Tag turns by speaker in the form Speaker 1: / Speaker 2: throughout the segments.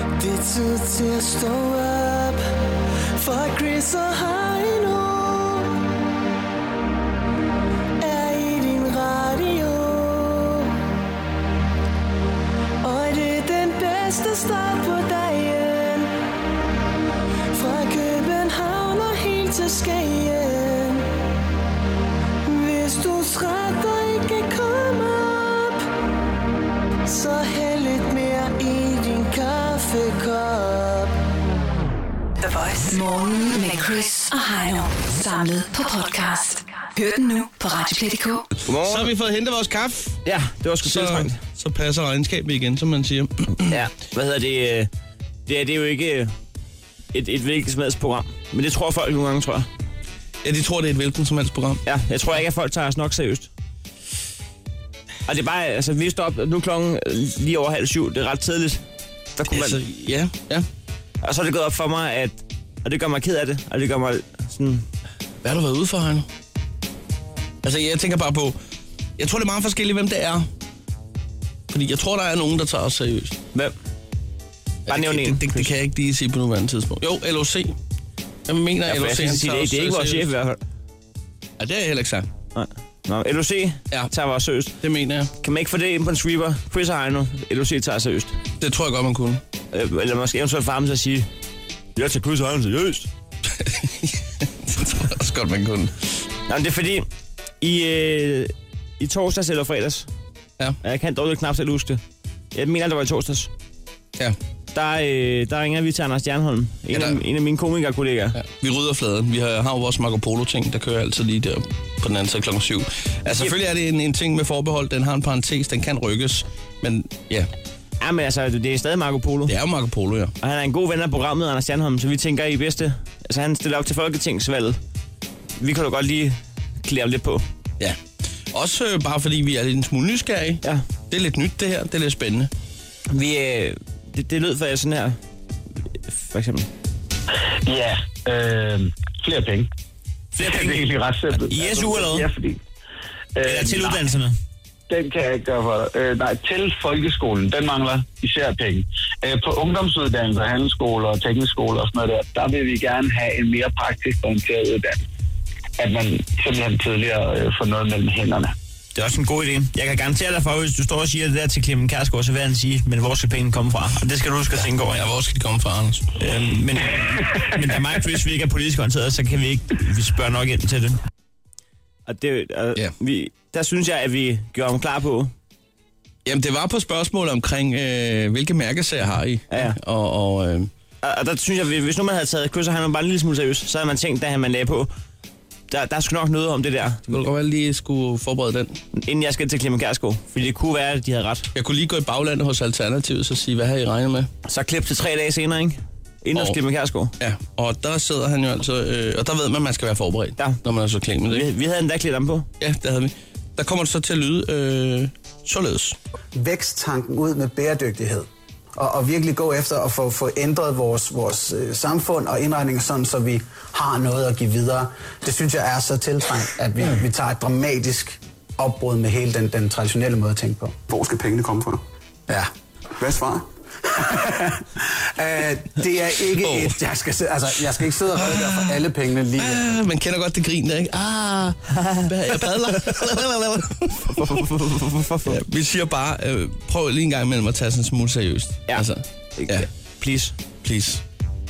Speaker 1: altid til at stå op For Chris og Heino Er i din radio Og det er den bedste start på dagen Fra København og helt til Skagen Hvis du er træt og ikke kan komme op Så hæld lidt mere i din kaffekop
Speaker 2: The Voice. Morgen med Chris og Heino. Samlet på podcast. Hør den nu på Radioplay.dk.
Speaker 3: Godmorgen.
Speaker 4: Så har vi fået hentet vores kaffe,
Speaker 3: Ja, det var sgu
Speaker 4: så,
Speaker 3: tiltrængt.
Speaker 4: så passer regnskabet igen, som man siger.
Speaker 3: Ja, hvad hedder det? øh, Det er, det er jo ikke øh, et, et hvilket som helst program. Men det tror folk nogle gange, tror jeg.
Speaker 4: Ja, de tror, det er et hvilken som helst program.
Speaker 3: Ja, jeg tror ikke, at folk tager os nok seriøst. Og det er bare, altså vi står op, nu er klokken øh, lige over halv syv, det er ret tidligt. Der kunne
Speaker 4: Altså,
Speaker 3: man,
Speaker 4: ja, ja.
Speaker 3: og så er det gået op for mig, at, og det gør mig ked af det, og det gør mig sådan,
Speaker 4: Hvad har du været ude for, Heino? Altså, jeg tænker bare på, jeg tror, det er meget forskelligt, hvem det er. Fordi jeg tror, der er nogen, der tager os seriøst.
Speaker 3: hvem? Bare
Speaker 4: det,
Speaker 3: nævn
Speaker 4: det,
Speaker 3: en.
Speaker 4: det, det, det, kan jeg ikke lige sige på nuværende tidspunkt. Jo, LOC. Jeg mener,
Speaker 3: Ja,
Speaker 4: ja,
Speaker 3: for
Speaker 4: LOC
Speaker 3: jeg skal
Speaker 4: han
Speaker 3: sige,
Speaker 4: tager
Speaker 3: det,
Speaker 4: os
Speaker 3: det er ikke vores chef i
Speaker 4: seriøst.
Speaker 3: hvert fald.
Speaker 4: Ja, det er jeg heller ikke sagt.
Speaker 3: Nej. Nå, LOC
Speaker 4: Ja.
Speaker 3: tager vores seriøst.
Speaker 4: Det mener jeg.
Speaker 3: Kan man ikke få det ind på en sweeper? Chris og Heino, LOC tager os seriøst.
Speaker 4: Det tror jeg godt, man kunne.
Speaker 3: Øh, Eller måske eventuelt farme sig og sige, jeg tager Chris og Heino seriøst.
Speaker 4: det tror jeg også godt, man kunne.
Speaker 3: Nå, men det er fordi, i, øh, i torsdags eller fredags,
Speaker 4: Ja.
Speaker 3: og jeg kan dårligt knap selv huske det. Jeg mener, det var i torsdags.
Speaker 4: Ja.
Speaker 3: Der, øh, der ringer vi til Anders Stjernholm, en, ja,
Speaker 4: Ja, der-
Speaker 3: af, en af mine komikerkollegaer. Ja.
Speaker 4: Ja, vi rydder fladen. Vi har, har jo vores Marco Polo-ting, der kører altid lige der på den anden side klokken 7. Altså, selvfølgelig er det en, en ting med forbehold. Den har en parentes, den kan rykkes. Men ja,
Speaker 3: ja, men altså, det er stadig Marco Polo.
Speaker 4: det er jo Marco Polo, ja.
Speaker 3: Og han er en god ven af programmet, Anders Stjernholm, så vi tænker, I er bedste. Altså, han stiller op til Folketingsvalget. Vi kan da godt lige klæde ham lidt på.
Speaker 4: ja. Også øh, bare fordi vi er lidt en smule nysgerrige.
Speaker 3: Ja.
Speaker 4: Det er lidt nyt, det her. Det er lidt spændende.
Speaker 3: Vi, øh, det, det lød for jer sådan her, for eksempel.
Speaker 5: Ja, øh, flere penge.
Speaker 3: Flere
Speaker 5: Det er egentlig ret simpelt.
Speaker 3: I SU eller hvad?
Speaker 5: Ja, fordi... Øh,
Speaker 3: Eller til
Speaker 5: nej,
Speaker 3: uddannelserne.
Speaker 5: den kan jeg ikke gøre for dig. Øh, nej, til folkeskolen, den mangler især penge. Øh, på ungdomsuddannelser, handelsskoler og tekniskoler og sådan noget der, der vil vi gerne have en mere praktisk orienteret uddannelse. At man simpelthen tidligere øh, får noget mellem hænderne.
Speaker 3: Det er også en god idé. Jeg kan garantere dig for, hvis du står og siger det der til Clemen Kærsgaard, så vil han sige, men hvor skal pengene komme fra? Og det skal du huske at tænke over.
Speaker 4: Ja, hvor skal de komme fra, Anders?
Speaker 3: Øhm, men, men da mig og Chris, vi ikke er politisk orienteret, så kan vi ikke vi spørger nok ind til det. Og det, øh,
Speaker 4: Ja.
Speaker 3: vi, der synes jeg, at vi gjorde ham klar på.
Speaker 4: Jamen, det var på spørgsmål omkring, øh, hvilke mærkesager har I?
Speaker 3: Ja, ja.
Speaker 4: Og, og øh,
Speaker 3: Og, og der synes jeg, hvis nu man havde taget Chris og han var bare en lille smule seriøs, så havde man tænkt, da man lagde på, der, der er sgu nok noget om det der,
Speaker 4: det kunne godt være, at jeg lige skulle forberede den.
Speaker 3: inden jeg skal til Clemen Kærsgaard. Fordi det kunne være, at de havde ret.
Speaker 4: Jeg kunne lige gå i baglandet hos Alternativet og sige, hvad har I regnet med?
Speaker 3: Så klip til tre dage senere, ikke? Inden hos
Speaker 4: Og-
Speaker 3: Clemen Kærsgaard.
Speaker 4: Ja, og der sidder han jo altså, øh, og der ved man, at man skal være forberedt,
Speaker 3: Ja.
Speaker 4: ja. når man er så klædt med det.
Speaker 3: Vi, vi havde endda klædt ham på.
Speaker 4: Ja, det havde vi. Der kommer det så til at lyde øh, således.
Speaker 6: væksttanken ud med bæredygtighed. Og, og virkelig gå efter at få, få ændret vores, vores øh, samfund og indretninger sådan, så vi har noget at give videre. Det synes jeg er så tiltrængt, at vi, vi tager et dramatisk opbrud med hele den, den traditionelle måde at tænke på.
Speaker 7: Hvor skal pengene komme fra?
Speaker 6: Ja.
Speaker 7: Hvad er svaret?
Speaker 6: øh, det er ikke
Speaker 4: Åh.
Speaker 6: et... Jeg skal, sidde- altså, jeg skal ikke sidde og redegøre for alle pengene lige her.
Speaker 4: Ah, man kender godt det grin der, ikke? Ah, hvad er jeg padler? ja, vi siger bare, øh, prøv lige en gang imellem at tage sådan en smule seriøst. Altså,
Speaker 3: Ja.
Speaker 4: ja.
Speaker 3: Please.
Speaker 4: Please.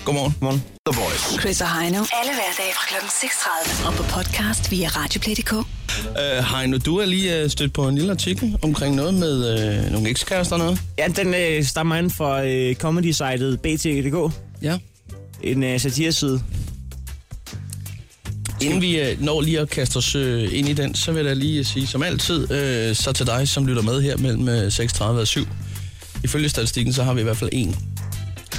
Speaker 4: Godmorgen.
Speaker 3: Morgen.
Speaker 2: Chris og Heino. Alle hverdage fra klokken 6.30. Og på podcast via Radioplay.dk.
Speaker 4: Øh, Heino, du er lige øh, stødt på en lille artikel omkring noget med øh, nogle ekskærester og noget.
Speaker 3: Ja, den øh, stammer ind fra øh, comedy-sitet bt.dk.
Speaker 4: Ja.
Speaker 3: En øh, satireside.
Speaker 4: Inden vi øh, når lige at kaste os øh, ind i den, så vil jeg da lige sige, som altid, øh, så til dig, som lytter med her mellem øh, 6.30 og 7. Ifølge statistikken, så har vi i hvert fald en.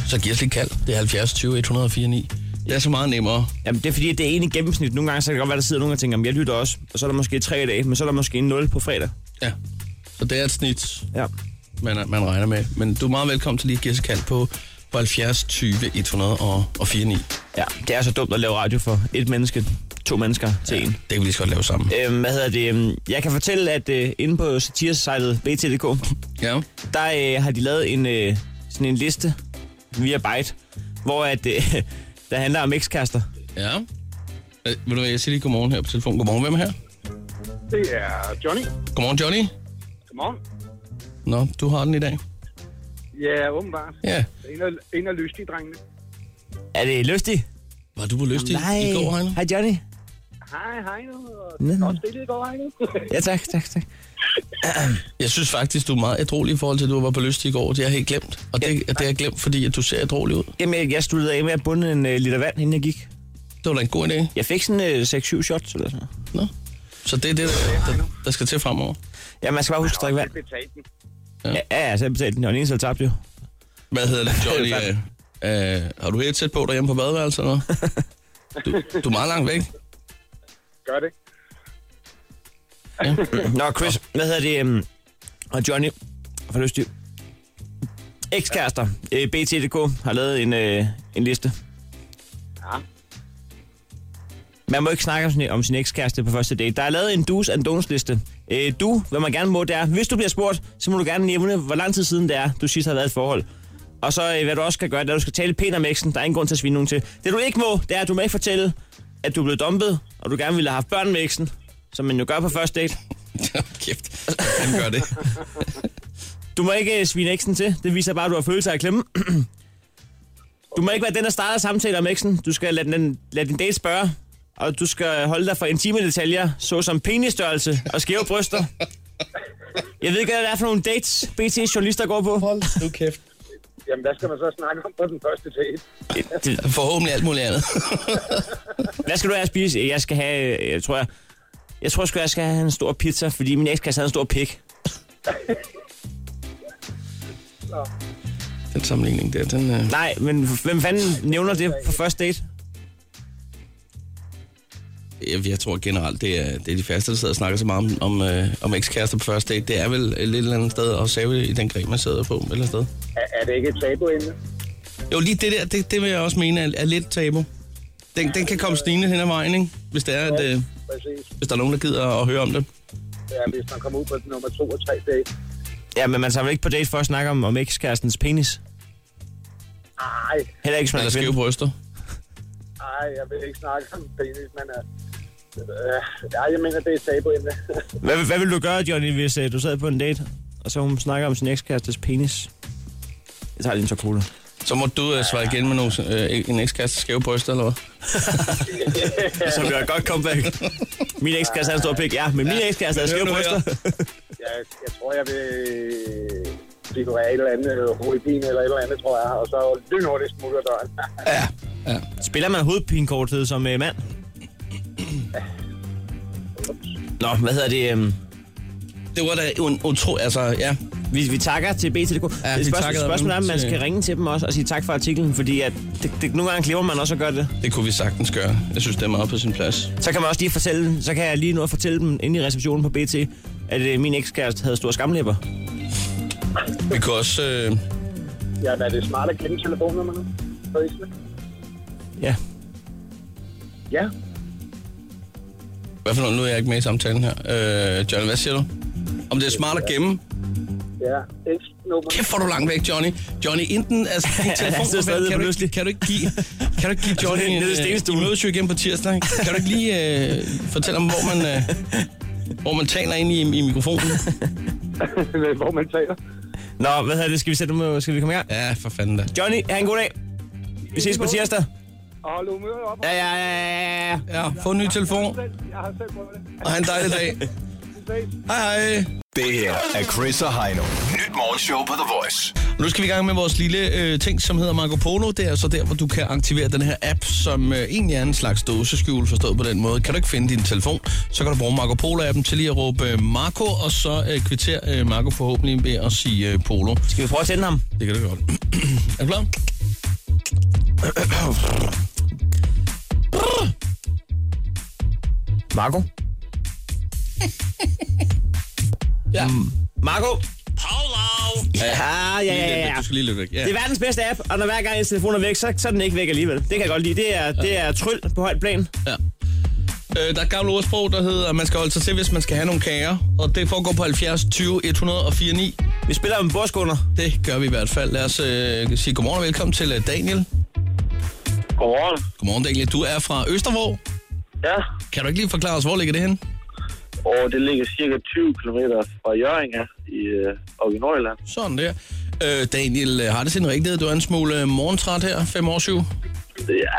Speaker 4: Så giv os lige et kald. Det er 70 20 104 9. Det er så meget nemmere.
Speaker 3: Jamen, det er fordi, det er en i gennemsnit. Nogle gange så kan det godt være, der sidder nogen og tænker, "Jamen, jeg lytter også. Og så er der måske tre i dag, men så er der måske en 0 på fredag.
Speaker 4: Ja. Så det er et snit,
Speaker 3: Ja.
Speaker 4: man, er- man regner med. Men du er meget velkommen til lige at give os et kald på, på 70 20 104 9.
Speaker 3: ja, det er så dumt at lave radio for et menneske, to mennesker til en.
Speaker 4: Det kan vi lige så godt lave sammen.
Speaker 3: Øhm, hvad hedder det? øhm, Jeg kan fortælle, at øh, inde på E satiresejlet bt.dk,
Speaker 4: Ja.
Speaker 3: der øh, har de lavet en, øh, sådan en liste via Byte, hvor at, øh, der handler om ekskaster.
Speaker 4: Ja. Øh, ved du hvad, jeg siger lige godmorgen her på telefonen. Godmorgen, hvem er her?
Speaker 8: Det er Johnny.
Speaker 4: Godmorgen, Johnny.
Speaker 8: Godmorgen.
Speaker 4: Nå, du har den i dag.
Speaker 8: Ja, åbenbart.
Speaker 4: Ja.
Speaker 8: En af, en af lystige-drengene.
Speaker 3: Er det lystig?
Speaker 4: Var du på lyst i, i går, Heino?
Speaker 3: Hej Johnny.
Speaker 8: Hej, hej nu.
Speaker 3: Nå.
Speaker 8: Godt spillet i går, hej nu.
Speaker 3: Ja tak, tak, tak.
Speaker 4: Jeg synes faktisk, du er meget ædrolig i forhold til, at du var på lyst i går. Det har jeg helt glemt. Og det, det har jeg glemt, fordi at du ser ædrolig ud.
Speaker 3: Jamen, jeg- jeg sluttede af med at bunde en øh, liter vand, inden jeg gik.
Speaker 4: Det var da en god idé.
Speaker 3: Jeg fik sådan øh, 6-7 shots eller sådan noget.
Speaker 4: Nå. Så det er det, der, der, der skal til fremover.
Speaker 3: Ja, man skal bare huske at drikke vand.
Speaker 8: Betalt den.
Speaker 3: Ja, ja, ja, så jeg betalte den, og den eneste, der tabte jo.
Speaker 4: Hvad hedder det, Johnny? øh, øh, har du helt tæt på derhjemme på badeværelset eller noget? Du, du er meget langt væk.
Speaker 8: Gør det.
Speaker 3: Nå, Chris, hvad hedder det? øhm, Og Johnny fra Lystiv. Ekskærester. Øh, BT.dk har lavet en, øh, en liste.
Speaker 8: Ja.
Speaker 3: Man må ikke snakke om sin, om sin ekskæreste på første date. Der er lavet en do's and don'ts liste. Øh, du, hvad man gerne må, det er, hvis du bliver spurgt, så må du gerne nævne, hvor lang tid siden det er, du sidst har været i et forhold. Og så øh, hvad du også skal gøre, det er, at du skal tale pænt om eksen. Der er ingen grund til at svine nogen til. Det du ikke må, det er, at du må ikke fortælle, at du er blevet dumpet, og du gerne ville have haft børn med eksen, som man jo gør på første date.
Speaker 4: Kæft, han gør det.
Speaker 3: Du må ikke øh, svine eksen til. Det viser bare, at du har følelser af klemme. Du må ikke være den, der starter samtaler om eksen. Du skal lade, den, lade din date spørge. Og du skal holde dig for intime detaljer, såsom penisstørrelse og skæve bryster. Jeg ved ikke, hvad det er for nogle dates, BT's journalister går på.
Speaker 4: Hold nu kæft.
Speaker 8: Jamen, hvad skal man så snakke om på den første date?
Speaker 3: Det-
Speaker 4: Forhåbentlig alt muligt andet.
Speaker 3: Hvad skal du have at spise? Jeg skal have, øh, jeg tror jeg... Jeg tror sgu, jeg skal have en stor pizza, fordi min ekskasse havde en stor pik.
Speaker 4: Den sammenligning der, den... Øh...
Speaker 3: Nej, men hvem fanden nævner det på første date?
Speaker 4: Jeg, jeg tror generelt, det er, det er de færreste, der sidder og snakker så meget om, om, øh, om ekskærester på første date. Det er vel et eller andet sted at save i den gren, man sidder på et eller andet sted.
Speaker 8: Er, er det ikke et tabuemne?
Speaker 4: Jo, lige det der, det, det vil jeg også mene er, er lidt tabu. Den, den kan komme snigende hen ad vejen, ikke? Hvis, det er, at, øh,
Speaker 8: Præcis.
Speaker 4: hvis der er nogen, der gider at høre om det.
Speaker 8: Ja, hvis man kommer ud på nummer to og tre date.
Speaker 3: Ja, men man tager vel ikke på date for at snakke om, om ekskærestens penis?
Speaker 8: Ej,
Speaker 3: Heller ikke, hvis man
Speaker 4: Eller
Speaker 3: er kvinde.
Speaker 4: skæve bryster.
Speaker 8: ej, jeg vil ikke snakke om penis, men... Uh, øh, ja, jeg mener, det er et tabuemne.
Speaker 3: Hvad, hvad ville du gøre, Johnny, hvis øh, du sad på en date, og så hun snakker om sin ekskærestes penis? Jeg tager lige en tår cola.
Speaker 4: Så må du øh, svare igen med nogle, øh, en ekskæreste skæve bryster, eller hvad?
Speaker 3: Så bliver jeg godt comeback. Min ekskæreste har en stor pik, ja, Ah, men min ekskæreste har skæve
Speaker 4: Hør nu her.
Speaker 3: bryster.
Speaker 8: jeg, jeg tror, jeg vil øh, figurere et eller andet øh, hovedpine eller et eller andet, tror jeg. Og så lynhurtigt smutter døren.
Speaker 3: Spiller man hovedpinekortet som øh, mand? Nå, hvad hedder det? øhm,
Speaker 4: Det var da en utro... Altså, ja.
Speaker 3: Vi, vi takker til BTDK.
Speaker 4: Ja,
Speaker 3: Ja,
Speaker 4: vi
Speaker 3: det spørgsmål,
Speaker 4: takker dem
Speaker 3: spørgsmålet er, om man
Speaker 4: til-
Speaker 3: skal ringe til dem også og sige tak for artiklen, fordi at det, det, nogle gange glemmer man også at gøre det.
Speaker 4: Det kunne vi sagtens gøre. Jeg synes, det er meget på sin plads.
Speaker 3: Så kan man også lige fortælle, så kan jeg lige nå at fortælle dem inde i receptionen på BT, at øh, min ekskæreste havde store skamlæber.
Speaker 4: Vi kunne også... Øh,
Speaker 8: Jamen, er det smart at kende telefonnummerne på Island?
Speaker 3: Ja,
Speaker 8: Ja.
Speaker 4: hvad for noget? Nu er jeg ikke med i samtalen her. Øh, Johnny, hvad siger du? Om det er smart at gemme?
Speaker 8: Ja, X-nummer.
Speaker 4: Kæft, hvor er du langt væk, Johnny. Johnny, enten... Altså, din telefon,
Speaker 3: sidder stadig
Speaker 4: kan, du ikke,
Speaker 3: pludselig.
Speaker 4: kan, du ikke give, kan du ikke give Johnny...
Speaker 3: Nede i
Speaker 4: øh,
Speaker 3: stenstuen.
Speaker 4: I mødes jo igen på tirsdag. Kan du ikke lige øh, fortælle om, hvor man... Øh, hvor man taler ind i, i mikrofonen.
Speaker 8: Hvor man taler.
Speaker 3: Nå, hvad hedder det? Skal vi sætte dem, øh, skal vi komme i gang?
Speaker 4: Ja, for fanden da.
Speaker 3: Johnny, have en god dag. Vi ses på tirsdag.
Speaker 8: Og hold humøret op.
Speaker 3: Ja, ja, ja, ja, ja.
Speaker 4: Ja, få en ny telefon,
Speaker 8: Jeg har selv prøvet det.
Speaker 4: og have en dejlig dag. Hej, hej.
Speaker 9: Det her er Chris og Heino. Nyt morgenshow på The Voice.
Speaker 4: Nu skal vi i gang med vores lille øh, ting, som hedder Marco Polo. Det er så der, hvor du kan aktivere den her app, som øh, egentlig er en slags dåseskjul, forstået på den måde. Kan du ikke finde din telefon, så kan du bruge Marco Polo-appen til lige at råbe øh, Marco, og så øh, kvitterer øh, Marco forhåbentlig ved at sige øh, Polo.
Speaker 3: Skal vi prøve at tænde ham?
Speaker 4: Det kan du godt. er du klar?
Speaker 3: Marco?
Speaker 4: Ja.
Speaker 3: Mm. Marco? Polo! Ja, ja, ja, ja, ja.
Speaker 4: Du skal lige løbe væk. Ja.
Speaker 3: Det er verdens bedste app, og når hver gang ens telefon er væk, så, så er den ikke væk alligevel. Det kan jeg godt lide. Det er, det er tryl på højt plan.
Speaker 4: ja. Øh, der er et gammelt ordsprog, der hedder, at man skal holde sig til, hvis man skal have nogle kager. Og det foregår på 70 20 104 9.
Speaker 3: Vi spiller om bordskåner.
Speaker 4: Det gør vi i hvert fald. Lad os øh, sige godmorgen og velkommen til øh, Daniel.
Speaker 5: Godmorgen.
Speaker 4: Godmorgen, Daniel. Du er fra Østervåg.
Speaker 5: Ja,
Speaker 4: Kan du ikke lige forklare os, hvor ligger det henne?
Speaker 5: og det ligger cirka 20 km fra Jørgen i, øh, oppe i Nordjylland.
Speaker 4: Sådan der. Øh, Daniel, øh, har det sin rigtighed? Du er en smule øh, morgentræt her, 5 år 7.
Speaker 5: Det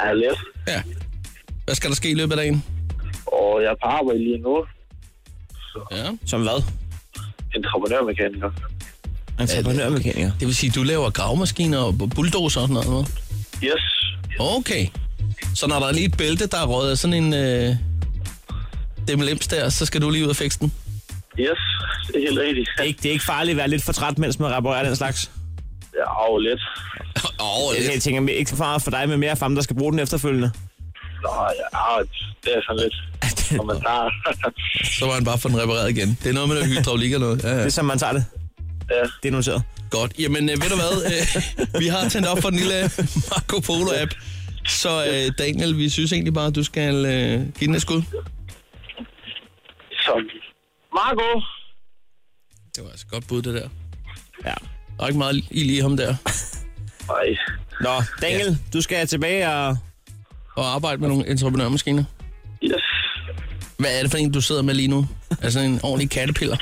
Speaker 5: er let,
Speaker 4: Ja. Hvad skal der ske i løbet af dagen?
Speaker 5: og jeg er på arbejde lige nu.
Speaker 4: Ja.
Speaker 3: Som hvad?
Speaker 5: Entreprenørmekaniker.
Speaker 3: Entreprenørmekaniker.
Speaker 4: Det vil sige, du laver gravmaskiner og bulldozer og sådan noget. hva'?
Speaker 5: Yes.
Speaker 4: Okay. Så når der er lige et bælte, der er røget af sådan en øh, demlems der, så skal du lige ud og fikse den.
Speaker 5: Yes, det er helt rigtigt.
Speaker 3: Det er, ikke, det er ikke farligt at være lidt for træt, mens man reparerer den slags.
Speaker 5: Ja, og lidt.
Speaker 4: Åh, oh,
Speaker 3: Jeg tænker ikke så meget for dig, men mere for ham, der skal bruge den efterfølgende.
Speaker 5: Nå, Ah, ja, det er sådan lidt, når man tager.
Speaker 4: Så var han bare for den repareret igen. Det er noget med noget hydraulik eller noget. Ja,
Speaker 3: Det
Speaker 4: ja.
Speaker 3: er som man tager det.
Speaker 5: ja.
Speaker 3: Det er noteret.
Speaker 4: Godt. Jamen, øh, ved du hvad? Øh, vi har tændt op for den lille øh, Marco Polo-app. Så øh, Daniel, vi synes egentlig bare, at du skal øh, give den et skud.
Speaker 5: Så, Marco,
Speaker 4: Det var altså godt bud, det der.
Speaker 3: Ja.
Speaker 4: Der er ikke meget i lige ham der.
Speaker 5: Nej.
Speaker 3: Nå, Daniel, ja. du skal tilbage og...
Speaker 4: Og arbejde med nogle entreprenørmaskiner.
Speaker 5: Yes.
Speaker 4: Hvad er det for en, du sidder med lige nu? Altså en ordentlig kattepiller.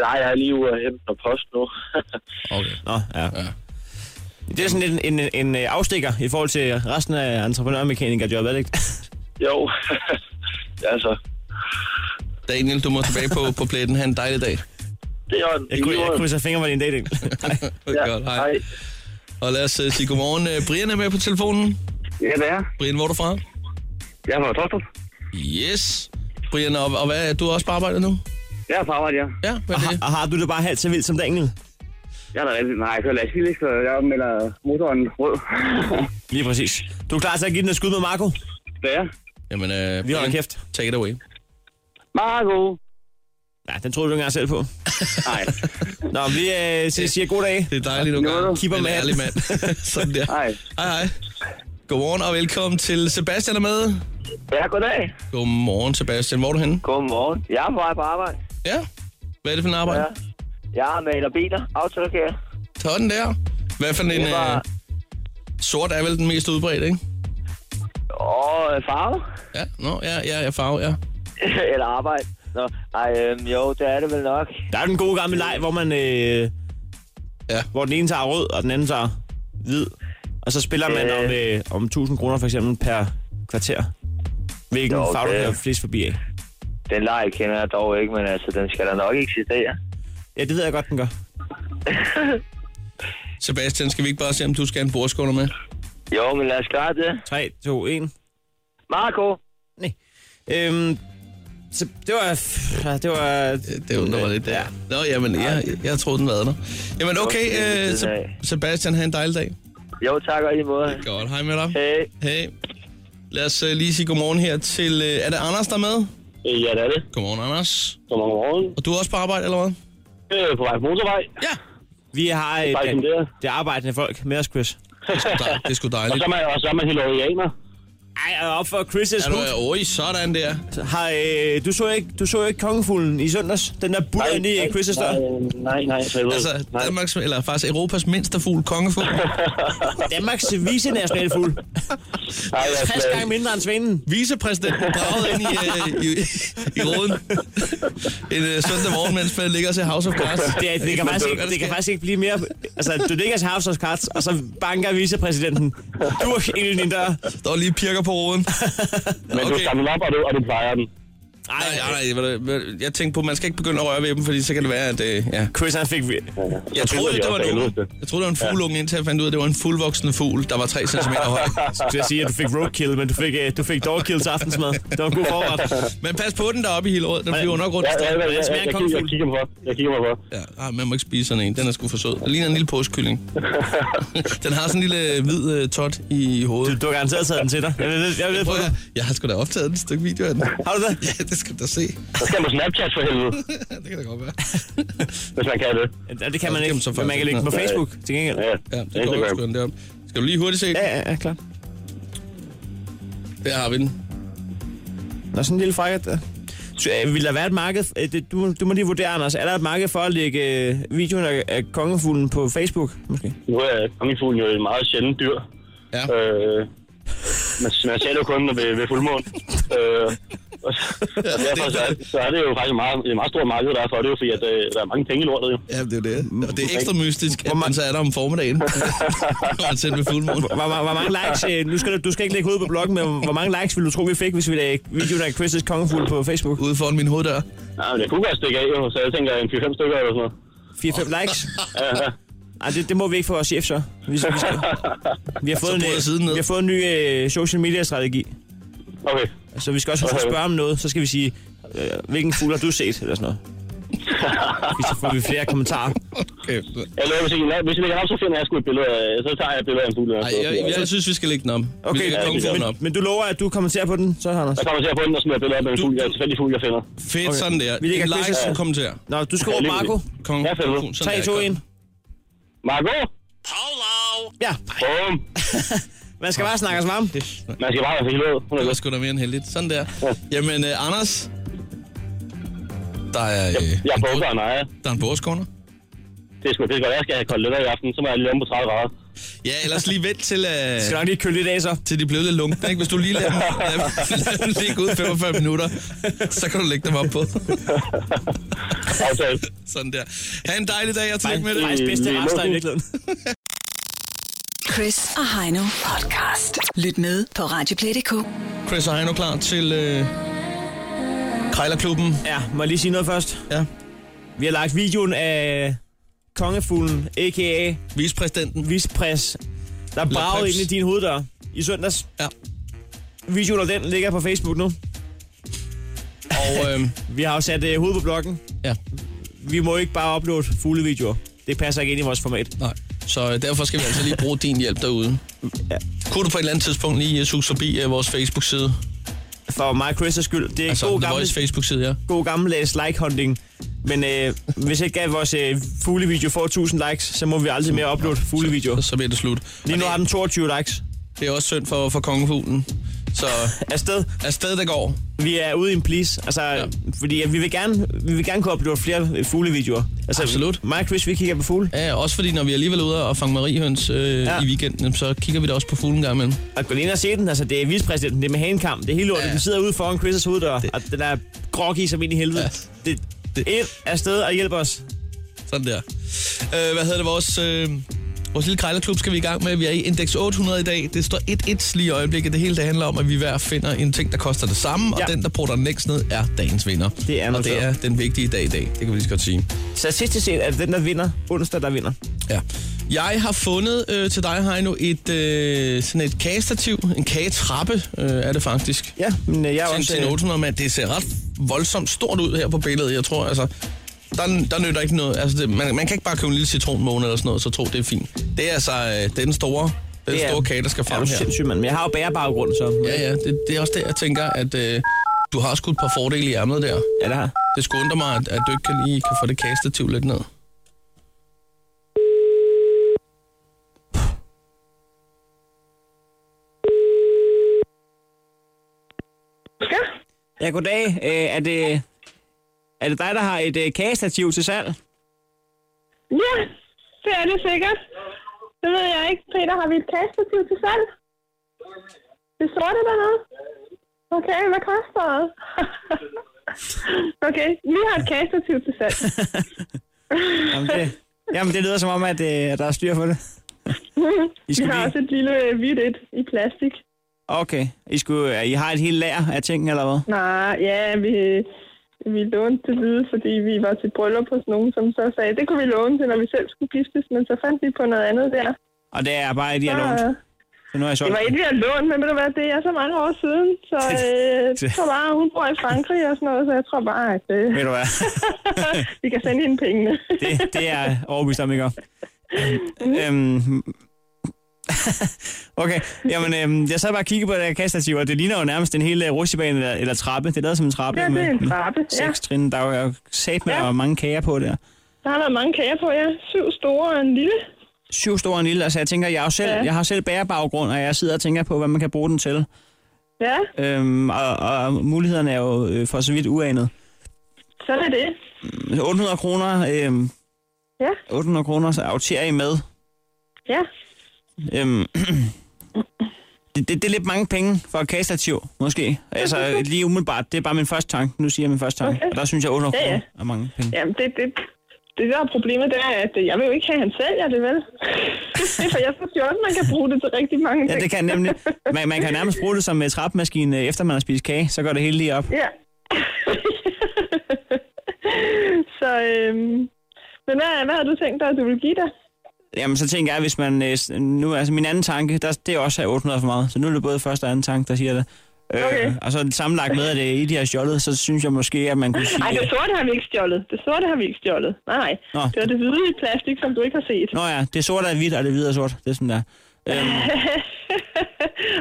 Speaker 5: Nej, jeg er lige ude og hente noget post nu.
Speaker 4: Okay.
Speaker 3: Nå, ja.
Speaker 4: Ja.
Speaker 3: ja. Det er sådan lidt en, en, en øh, afstikker i forhold til resten af entreprenørmekanikerjobbet, er det ikke?
Speaker 5: jo, ja altså. så.
Speaker 4: Daniel, du må tilbage på, på pletten. Ha' en dejlig dag.
Speaker 5: Det er jo en
Speaker 3: Jeg, kunne, jeg krydser fingre med din dating.
Speaker 5: Ja,
Speaker 4: Godt,
Speaker 5: hej.
Speaker 4: hej. Og lad os uh, sige godmorgen. Øh, Brian er med på telefonen.
Speaker 5: Ja, det er.
Speaker 4: Brian, hvor er du fra?
Speaker 5: Jeg er fra Tostrup.
Speaker 4: Yes. Brian, og, og hvad, du er også på arbejde nu?
Speaker 5: Jeg er på arbejde, ja.
Speaker 4: Ja, hvad
Speaker 3: Og,
Speaker 4: er
Speaker 3: har,
Speaker 4: det?
Speaker 3: og har du det bare halvt så vildt som Daniel?
Speaker 5: Jeg er da rigtig... Nej, jeg kører lastbil, ikke? Så jeg melder motoren rød.
Speaker 3: Lige præcis. Du er klar til at give den et skud med Marco?
Speaker 5: det er jeg.
Speaker 4: Jamen, uh,
Speaker 3: Vi holder kæft.
Speaker 4: take it away.
Speaker 5: Marco!
Speaker 3: Ja, den troede du ikke engang selv på.
Speaker 5: Nej,
Speaker 3: Nå, vi øh, siger, siger god dag.
Speaker 4: Det er dejligt, du gør.
Speaker 3: Keeper
Speaker 4: En
Speaker 3: mand.
Speaker 4: ærlig mand. Sådan der.
Speaker 5: nej.
Speaker 4: Hej, hej. Godmorgen og velkommen til Sebastian er med.
Speaker 5: Ja, goddag.
Speaker 4: Godmorgen, Sebastian. Hvor er du henne?
Speaker 5: Godmorgen. Jeg er på vej på arbejde.
Speaker 4: Ja. Hvad er det for en arbejde?
Speaker 5: Ja. Jeg maler biler, autolokerer.
Speaker 4: Tag den der. Hvad for en...
Speaker 5: Det var-
Speaker 4: øh, sort er vel den mest udbredte, ikke?
Speaker 5: Og øh, farve.
Speaker 4: Ja, nå, ja, ja, ja, farve, ja.
Speaker 5: Eller arbejde. Nå, nej, øh, jo, det er det vel nok.
Speaker 3: Der er den gode gamle leg, hvor man... Øh,
Speaker 4: Ja.
Speaker 3: ja. Hvor den ene tager rød, og den anden tager hvid. Og så spiller man
Speaker 5: Øh.
Speaker 3: om, øh, om 1000 kroner for eksempel per kvarter. Hvilken
Speaker 5: Jo,
Speaker 3: farve du
Speaker 5: det-
Speaker 3: kan flest forbi af.
Speaker 5: Den leg kender jeg dog ikke, men
Speaker 10: øh,
Speaker 5: altså, den skal da nok eksistere.
Speaker 3: Ja, det ved jeg godt, den gør.
Speaker 4: Sebastian, skal vi ikke bare se, om du skal have en bordskåler med?
Speaker 5: Jo, men lad os gøre det.
Speaker 3: 3, 2, 1.
Speaker 5: Marco!
Speaker 3: Nej. Øhm, så det var... f- Det var...
Speaker 4: Det undrer mig lidt. Ja. Nå, jamen, jeg, jeg troede, den var der. Jamen, okay,
Speaker 5: Okay,
Speaker 4: øh,
Speaker 5: den er-
Speaker 4: Se- Sebastian, have en dejlig dag.
Speaker 5: Jo, tak og i lige måde.
Speaker 4: Godt, hej med dig.
Speaker 5: Hey.
Speaker 4: Hej. Lad os øh, lige sige godmorgen her til... øh, Er det Anders, der er med?
Speaker 5: Ja, det er det.
Speaker 4: Godmorgen, Anders.
Speaker 5: Godmorgen.
Speaker 4: Og du er også på arbejde, eller hvad?
Speaker 5: Øh, på vej på motorvej.
Speaker 4: Ja.
Speaker 3: Vi har øh,
Speaker 5: Bare sådan der.
Speaker 3: det, det arbejdende folk med os, Chris.
Speaker 4: Dej, det er sgu
Speaker 5: Og
Speaker 4: dejligt.
Speaker 5: så er man, og så er man hilarianer.
Speaker 3: Ej, og op for Chris'
Speaker 4: Er du
Speaker 3: hus.
Speaker 4: øh, oj, sådan der.
Speaker 3: Har, øh, du så ikke, du så ikke kongefuglen i søndags? Den der buller inde i Chris' dør.
Speaker 5: nej, nej, nej, for helvede.
Speaker 4: Altså,
Speaker 5: nej.
Speaker 4: Danmarks, eller faktisk Europas mindste fugl, kongefugl.
Speaker 3: Danmarks vicenationale fugl.
Speaker 5: nej, jeg
Speaker 3: 60 gange mindre end svinen.
Speaker 4: Vicepræsidenten braget ind i, øh, i, i råden en øh, søndag morgen, mens man ligger og ser House of Cards.
Speaker 3: Det, er, det, kan faktisk ikke, det kan faktisk ikke blive mere... Altså, du ligger til House of Cards, og så banker vicepræsidenten. Du ind i din dør.
Speaker 4: Der var lige pirker på råden.
Speaker 5: Men du
Speaker 4: Okay.
Speaker 5: samler den op, og du, og du plejer den.
Speaker 4: Nej, nej, nej. ved du- ved du- Jeg tænkte på, at man skal ikke begynde at røre ved dem, fordi så kan det være, at... Øh, ja.
Speaker 3: Chris, han fik...
Speaker 4: Jeg troede,
Speaker 5: de
Speaker 4: det
Speaker 5: også
Speaker 4: var
Speaker 5: af
Speaker 4: en
Speaker 5: helvede.
Speaker 4: unge. Jeg troede, det var en fuglunge, indtil jeg fandt ud af, at det var en fuldvoksen fugl, der var 3 cm høj.
Speaker 3: Skulle jeg sige, at du fik roadkill, men du fik, øh, du fik dogkill til aftensmad. Det var en god forret.
Speaker 4: Men pas på den deroppe i Hillerød. Den flyver nok rundt.
Speaker 5: Ja,
Speaker 4: i
Speaker 5: ja, ja,
Speaker 4: stedet.
Speaker 5: ja,
Speaker 3: smager
Speaker 5: ja,
Speaker 3: en
Speaker 5: jeg, kigger, jeg
Speaker 3: kongefugl.
Speaker 5: kigger mig for. Jeg kigger mig for.
Speaker 4: Ja, ej, man må ikke spise sådan en. Den er sgu for sød. Den ligner en lille påskekylling. den har sådan en lille hvid øh, tot i
Speaker 3: Du,
Speaker 4: hovedet.
Speaker 3: du har garanteret taget den til dig. Jeg ved, jeg
Speaker 4: Prøv
Speaker 3: ved, på
Speaker 4: at,
Speaker 3: det.
Speaker 4: høre, jeg har sgu da optaget et stykke video af den.
Speaker 3: Har du det?
Speaker 4: Ja, det skal du da se.
Speaker 5: Så skal man på Snapchat for helvede,
Speaker 4: det kan da godt være.
Speaker 5: hvis man kan det.
Speaker 3: Ja, det kan man
Speaker 4: Det kan man så
Speaker 3: ikke, men man
Speaker 4: faktisk
Speaker 3: kan lægge den på
Speaker 4: ikke.
Speaker 3: Facebook til gengæld.
Speaker 5: Ja,
Speaker 4: Ja, det går jo sgu den deroppe. Skal du lige hurtigt se?
Speaker 3: Ja, ja, ja, klar.
Speaker 4: Der har vi den.
Speaker 3: Der er sådan en lille frækket der. Så, øh, Vil der være et marked? øh, det- Du, du må lige vurdere, Anders. Er der et marked for at lægge øh, videoen af, af kongefuglen på Facebook, måske?
Speaker 10: Nu er kongefuglen jo et meget sjældent dyr.
Speaker 4: Ja.
Speaker 10: Øh, man, man ser det jo kun ved, ved fuldmåne. Øh, og, og derfor så er, så er det jo faktisk meget, et meget stort marked, der er for det, jo, fordi at, øh, der er mange penge i lortet. Jo. Mm.
Speaker 4: Ja, det er jo det. Og det er ekstra mystisk, at man så er der om formiddagen. Når man selv ved fuldmåne.
Speaker 3: Hvor, hvor, hvor mange likes... øh, Nu skal du, du skal ikke lægge hovedet på bloggen, men hvor mange likes vil du tro, vi fik, hvis vi lagde videoen af Chris' kongefugl på Facebook?
Speaker 4: Ude foran min hoveddør.
Speaker 10: Nej, men det kunne være et stykke af, jo, så jeg tænker en 4-5 stykker eller sådan noget.
Speaker 3: 4-5 likes?
Speaker 10: Ja, ja.
Speaker 3: Ej, det, det må vi ikke få vores chef, så. Vi, vi, skal, vi, har, fået en,
Speaker 4: bryder
Speaker 3: øh,
Speaker 4: siden ned.
Speaker 3: vi har fået en ny øh, social media-strategi.
Speaker 10: Okay.
Speaker 3: Så vi skal også huske at spørge om noget. Så skal vi sige, øh, hvilken fugl har du set, eller sådan noget. Hvis så får vi flere kommentarer.
Speaker 4: Okay.
Speaker 10: Eller hvis I, hvis I lægger op, så finder jeg sgu et billede af, så tager jeg et billede af en fugl.
Speaker 4: Ej, jeg, jeg, synes, vi skal lægge den om.
Speaker 3: Okay,
Speaker 4: vi skal lægge
Speaker 10: ja,
Speaker 4: ja,
Speaker 10: men-
Speaker 4: op.
Speaker 3: Men du lover, at du kommenterer på den, så, Anders?
Speaker 10: Jeg kommer til at få den og smide et billede op af en fugl, jeg er tilfældig fugl, jeg finder.
Speaker 4: Fedt,
Speaker 3: Okay.
Speaker 4: sådan der.
Speaker 3: Vi lægger
Speaker 4: en like,
Speaker 3: Chris'
Speaker 4: og en kommentar.
Speaker 3: Nå, du skal
Speaker 10: Ja,
Speaker 3: råbe
Speaker 10: lige
Speaker 3: Marco.
Speaker 4: Kong,
Speaker 10: Ja, fedt.
Speaker 4: Sådan
Speaker 3: 3,
Speaker 4: der,
Speaker 3: 2,
Speaker 4: godt.
Speaker 3: 1.
Speaker 10: Margot!
Speaker 3: Ja,
Speaker 10: Bum!
Speaker 3: man skal bare snakke os varm.
Speaker 10: Man skal bare være for helvede. Hun er
Speaker 4: Det var
Speaker 10: godt.
Speaker 4: sgu da mere end heldigt. Sådan der. Jamen, øh, Anders. Der er, øh,
Speaker 10: Jeg
Speaker 4: en,
Speaker 10: er bunker, nej.
Speaker 4: der er en borgskunner.
Speaker 10: Det er sgu det godt, jeg skal have koldt lidt af i aften, så må jeg lige om på 30 grader.
Speaker 4: Ja, ellers lige vent til, øh,
Speaker 3: Skal nok lige køle lidt af, så.
Speaker 4: til de blev lidt lunkne, ikke? Hvis du lige lader dem, lader, dem- lader dem ligge ud 45 minutter, så kan du lægge dem op på.
Speaker 10: Aftalt.
Speaker 4: Sådan der. Ha' en dejlig dag, og tillykke med det.
Speaker 3: Faktisk bedste
Speaker 10: Lige
Speaker 3: rester i
Speaker 10: lukken.
Speaker 3: virkeligheden.
Speaker 2: Chris og Heino podcast. Lyt med på Radioplay.dk.
Speaker 4: Chris og Heino klar til øh, Krejlerklubben.
Speaker 3: Ja, må jeg lige sige noget først?
Speaker 4: Ja.
Speaker 3: Vi har lagt videoen af kongefuglen, a.k.a.
Speaker 4: Vicepræsidenten.
Speaker 3: Vispres, der bragede
Speaker 4: Krebs.
Speaker 3: ind i din hoveddør i søndags.
Speaker 4: Ja.
Speaker 3: Videoen af den ligger på Facebook nu.
Speaker 4: Og øh,
Speaker 3: Vi har jo sat øh, hovedet på blokken.
Speaker 4: ja,
Speaker 3: Vi må ikke bare uploade fuglevideoer. Det passer ikke ind i vores format.
Speaker 4: nej. Så øh, derfor skal vi altså lige bruge din hjælp derude.
Speaker 3: Ja.
Speaker 4: Kunne du på et eller andet tidspunkt lige øh, suge forbi øh, vores Facebook-side?
Speaker 3: For mig og Chris' skyld. Det er
Speaker 4: Altså,
Speaker 3: altså, god,
Speaker 4: The
Speaker 3: gammel,
Speaker 4: Voice Facebook-side, ja.
Speaker 3: god gammeldags like-hunting. Men øh, hvis ikke at vores øh, fuglevideo får 1000 likes, så må vi aldrig mere uploade fuglevideoer.
Speaker 4: Så, så bliver det slut.
Speaker 3: Lige
Speaker 4: Og
Speaker 3: nu
Speaker 4: det-
Speaker 3: har den 22 likes.
Speaker 4: Det er også synd for, for kongefuglen. Så
Speaker 3: Afsted.
Speaker 4: afsted der går.
Speaker 3: Vi er ude i en please. Altså, ja. fordi øh, vi vil, gerne, vi vil gerne kunne uploade flere øh, fuglevideoer. Altså,
Speaker 4: Absolut.
Speaker 3: Mig og Chris, vi kigger på fugle.
Speaker 4: Ja, også fordi når vi alligevel er ude og fange mariehøns øh,
Speaker 3: Ja.
Speaker 4: ja. i weekenden, så kigger vi da også på fuglen en gang imellem.
Speaker 3: Og gå lige ind og se den. Altså, det er vicepræsidenten, det er med hanekamp, det er hele lortet. Ja.
Speaker 4: Ja.
Speaker 3: Den sidder ude foran Chris' hoveddør, og den er groggy som ind i helvede. Ja.
Speaker 4: Ja.
Speaker 3: Det, det. Ind afsted og hjælp os.
Speaker 4: Sådan der. Øh, hvad hedder det? Vores, øh, vores lille krejlerklub skal vi i gang med. Vi er i indeks 800 i dag. Det står 1-1 lige i øjeblikket. Det hele det handler om, at vi hver finder en ting, der koster det samme, og
Speaker 3: Ja.
Speaker 4: den, der prutter den længst ned, er dagens vinder.
Speaker 3: Det er
Speaker 4: og
Speaker 3: noteret.
Speaker 4: det er den vigtige dag i dag. Det kan vi lige så godt sige.
Speaker 3: Så sidst set er det den, der vinder. Onsdag, der vinder.
Speaker 4: Ja. Jeg har fundet øh, til dig, Heino, et, øh, sådan et kagestativ. En kagetrappe øh, er det faktisk.
Speaker 3: Ja, men øh, jeg er
Speaker 4: til,
Speaker 3: også...
Speaker 4: til en
Speaker 3: øh,
Speaker 4: 800 mand. Det ser ret voldsomt stort ud her på billedet, jeg tror. Altså, der, der nytter ikke noget. Altså, det, man, man kan ikke bare købe en lille citronmåne eller sådan noget, så tro, det er fint. Det er altså øh, det er den store, den
Speaker 3: Det er-
Speaker 4: store kage, der skal
Speaker 3: Ja,
Speaker 4: frem
Speaker 3: du er
Speaker 4: her.
Speaker 3: sindssyg, mand. Men jeg har jo bærebaggrund, så...
Speaker 4: Ja, ja, det, det er også det, jeg tænker, at øh, du har sgu et par fordele i ærmet der.
Speaker 3: Ja, det har jeg.
Speaker 4: Det skulle undre mig, at, at du ikke kan, lige kan få det kagestativ lidt ned.
Speaker 3: Ja, goddag. Øh, er det... Er det dig, der har et øh, kagestativ til salg?
Speaker 11: Ja, det er det sikkert. Det ved jeg ikke. Peter, har vi et kastestativ til salg? Det sorte dernede? Okay, hvad koster det? okay, vi har et kastestativ til salg.
Speaker 3: Jamen, det, jamen, det lyder som om, at øh, at der er styr på det. I
Speaker 11: vi
Speaker 3: skal
Speaker 11: har
Speaker 3: lige-
Speaker 11: også et lille øh, hvidt et i plastik.
Speaker 3: Okay. I, skulle, øh, I har et helt lager af ting, eller hvad?
Speaker 11: Nej, ja, vi, vi lånte det hvide, fordi vi var til bryllup hos nogen, som så sagde, det kunne vi låne til, når vi selv skulle giftes, men så fandt vi på noget andet der.
Speaker 3: Og det er bare et, jeg
Speaker 11: Så,
Speaker 3: har
Speaker 11: øh,
Speaker 3: lånt. Så nu er jeg
Speaker 11: Det
Speaker 3: solgt.
Speaker 11: var et, vi har lånt, men ved du hvad, det er så mange år siden, så øh, jeg tror bare, hun bor i Frankrig og sådan noget, så jeg tror bare, at øh,
Speaker 3: Ved du hvad?
Speaker 11: vi kan sende hende pengene.
Speaker 3: Det, det er jeg overbevist om, ikke? om. Øhm, okay, jamen, øhm, jeg sad bare og kiggede på det her kastestativ, og det ligner jo nærmest en hel øh, rutsjebane eller, eller trappe. Det er lavet som en trappe.
Speaker 11: Ja, det er en
Speaker 3: med
Speaker 11: trappe, ja.
Speaker 3: Seks trin. Der er jo sat med
Speaker 11: Ja.
Speaker 3: ja. mange kager på der.
Speaker 11: Der har været mange kager på, ja. Syv store og en lille.
Speaker 3: Syv store og en lille, altså jeg tænker, jeg, er jo selv,
Speaker 11: Ja.
Speaker 3: jeg har selv bærebaggrund, og jeg sidder og tænker på, hvad man kan bruge den til.
Speaker 11: Ja,
Speaker 3: Øhm, og, og mulighederne er jo øh, for så vidt uanet.
Speaker 11: sådan er det.
Speaker 3: 800 kroner, øhm,
Speaker 11: Ja.
Speaker 3: 800 kroner, så aftager I med.
Speaker 11: Ja,
Speaker 3: Øhm, det, det, det er lidt mange penge for et kagestativ, måske. Altså lige umiddelbart, det er bare min første tanke. Nu siger jeg min første tanke,
Speaker 11: Okay.
Speaker 3: og der synes jeg 800
Speaker 11: Ja, ja.
Speaker 3: kroner er mange penge.
Speaker 11: Jamen, det, det, det der er problemet, det er, at øh, jeg vil jo ikke have, at han sælger det, vel? det er for jeg synes jo også, man kan bruge det til rigtig mange
Speaker 3: Ja, det kan nemlig. Man, man kan nærmest bruge det som uh, trappemaskine, øh, efter man har spist kage, så går det hele lige op.
Speaker 11: Ja. så, øhm, men hvad, hvad har du tænkt dig, at du vil give dig?
Speaker 3: Jamen, så tænker jeg, hvis man... øh, s- Nu, altså, min anden tanke, der, det er også her 800 for meget. Så nu er det både første og anden tanke, der siger det. Øh,
Speaker 11: Okay.
Speaker 3: Og så sammenlagt med, at det er I, de har stjålet, så synes jeg måske, at man kunne sige...
Speaker 11: Nej, det sorte har vi ikke stjålet. Det sorte har vi ikke stjålet. Nej, nej.
Speaker 3: Nå.
Speaker 11: Det var det hvide i plastik, som du ikke har set.
Speaker 3: Nå ja, det sorte er hvidt, og det hvide er sort. Det er sådan der. Øhm,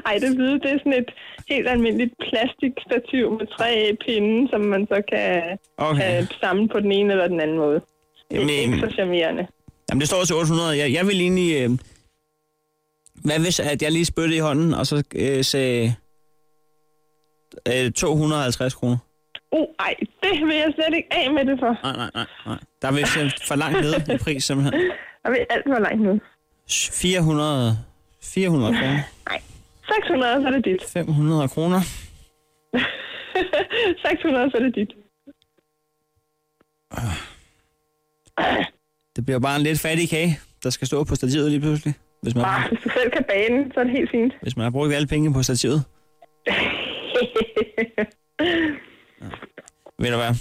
Speaker 11: Ej, det hvide, det er sådan et helt almindeligt plastikstativ med tre pinde, som man så kan,
Speaker 3: Okay.
Speaker 11: kan samle på den ene eller den anden måde. Det er
Speaker 3: Jamen,
Speaker 11: ikke så charmerende.
Speaker 3: jamen, det står til 800. Jeg, jeg vil egentlig... Øh, hvad hvis, at jeg lige spytte i hånden, og så øh, sagde... Øh, 250 kroner.
Speaker 11: Uh, ej, det vil jeg slet ikke af med det for.
Speaker 3: Nej, nej, nej, nej. Der er vi for langt nede i pris, simpelthen.
Speaker 11: Jeg vil alt for langt nu.
Speaker 3: 400, 400 kroner.
Speaker 11: 600, så er det dit.
Speaker 3: 500 kroner.
Speaker 11: 600, så er det dit.
Speaker 3: Det bliver bare en lidt fattig kage, der skal stå på stativet lige pludselig. Hvis man,
Speaker 11: Bare, hvis du selv kan bage den, så er det helt fint.
Speaker 3: hvis man har brugt alle penge på stativet. Ved du hvad?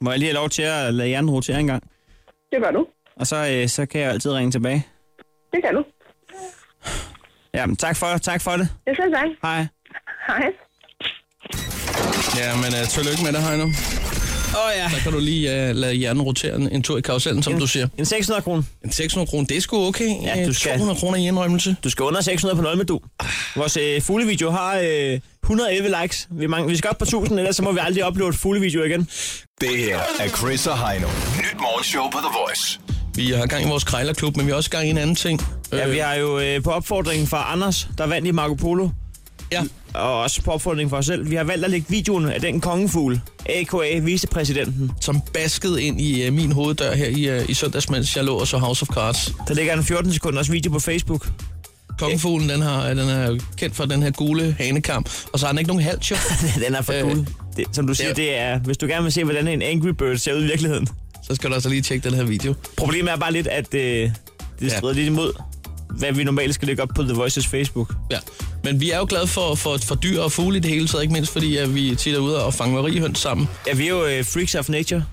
Speaker 3: Må jeg lige have lov til at lade hjernen rotere en gang?
Speaker 11: Det gør du.
Speaker 3: Og så, øh, så kan jeg altid ringe tilbage.
Speaker 11: Det kan du.
Speaker 3: Ja, men tak for, tak for det.
Speaker 11: Jeg selv tak.
Speaker 3: Hej.
Speaker 11: Hej.
Speaker 4: Ja, men uh, tillykke med dig, Heino. Åh oh, ja. Så kan du lige uh, lade hjernen rotere en, en tur i karusellen, som
Speaker 3: En-
Speaker 4: du siger.
Speaker 3: En 600 kroner.
Speaker 4: En 600 kroner, det er sgu okay.
Speaker 3: Ja,
Speaker 4: Øh,
Speaker 3: du skal-
Speaker 4: 200 kroner i indrømmelse.
Speaker 3: Du skal under 600 på 0 med du. Vores øh, fuglevideo har øh, 111 likes. Vi, mangler, vi skal op på 1000, ellers så må vi aldrig uploade fuglevideo igen.
Speaker 9: Det her er Chris og Heino. Nyt morgenshow på The Voice.
Speaker 4: Vi har gang i vores krejlerklub, men vi har også gang i en anden ting.
Speaker 3: Ja, vi har jo øh, på opfordringen fra Anders, der vandt i Marco Polo,
Speaker 4: Ja,
Speaker 3: og også på opfordringen fra os selv, vi har valgt at lægge videoen af den kongefugl, a.k.a. vicepræsidenten.
Speaker 4: som baskede ind i øh, min hoveddør her i, øh, i søndags, mens jeg lå og så House of Cards.
Speaker 3: Der ligger en 14 sekunders video på Facebook.
Speaker 4: Kongefuglen, den, har, øh, den er kendt for den her gule hanekamp, og så har den ikke nogen hals, jo.
Speaker 3: den er for
Speaker 4: Øh,
Speaker 3: cool. Det, som du siger,
Speaker 4: det-
Speaker 3: det er, hvis du gerne vil se, hvordan en Angry Bird ser ud i virkeligheden.
Speaker 4: Så skal du altså lige tjekke den her video.
Speaker 3: Problemet er bare lidt, at øh, det
Speaker 4: Ja.
Speaker 3: strider lidt imod, hvad vi normalt skal lægge op på The Voices Facebook.
Speaker 4: Ja. Men vi er jo glade for, for, for dyr og fugle i det hele taget, ikke mindst fordi at vi tit er ude og fange mariehøns sammen.
Speaker 3: Ja, vi er jo øh, freaks of nature.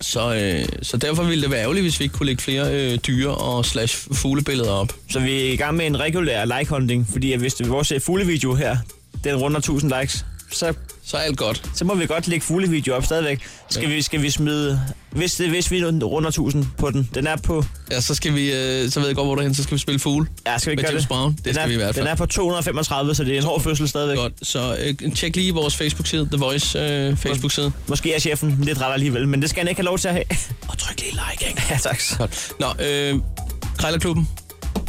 Speaker 4: Så, øh, så derfor ville det være ærgerligt, hvis vi ikke kunne lægge flere øh, dyre- og slash fuglebilleder op.
Speaker 3: Så vi er i gang med en regulær like-hunting, fordi at hvis det, vores øh, fuglevideo her, den runder 1000 likes, så,
Speaker 4: Så er alt godt.
Speaker 3: så må vi godt lægge fuglevideo op stadigvæk. Skal vi, skal vi smide, hvis, det, hvis vi runder 1000 på den, den er på,
Speaker 4: Ja, så skal vi, øh, så ved jeg godt, hvor du er hen, så skal vi spille fugle.
Speaker 3: ja, skal vi
Speaker 4: Med
Speaker 3: ikke gøre
Speaker 4: James
Speaker 3: det?
Speaker 4: Brown, det
Speaker 3: den
Speaker 4: skal
Speaker 3: er,
Speaker 4: vi i hvert fald.
Speaker 3: Den er på 235, så det er en hård fødsel stadigvæk.
Speaker 4: Godt, så øh, tjek lige vores Facebook-side, The Voice øh, Facebook-side.
Speaker 3: Måske er chefen lidt ret alligevel, men det skal han ikke have lov til at have.
Speaker 4: Og tryk lige like, ikke?
Speaker 3: ja, tak.
Speaker 4: Godt. Nå, øh, Krejlerklubben,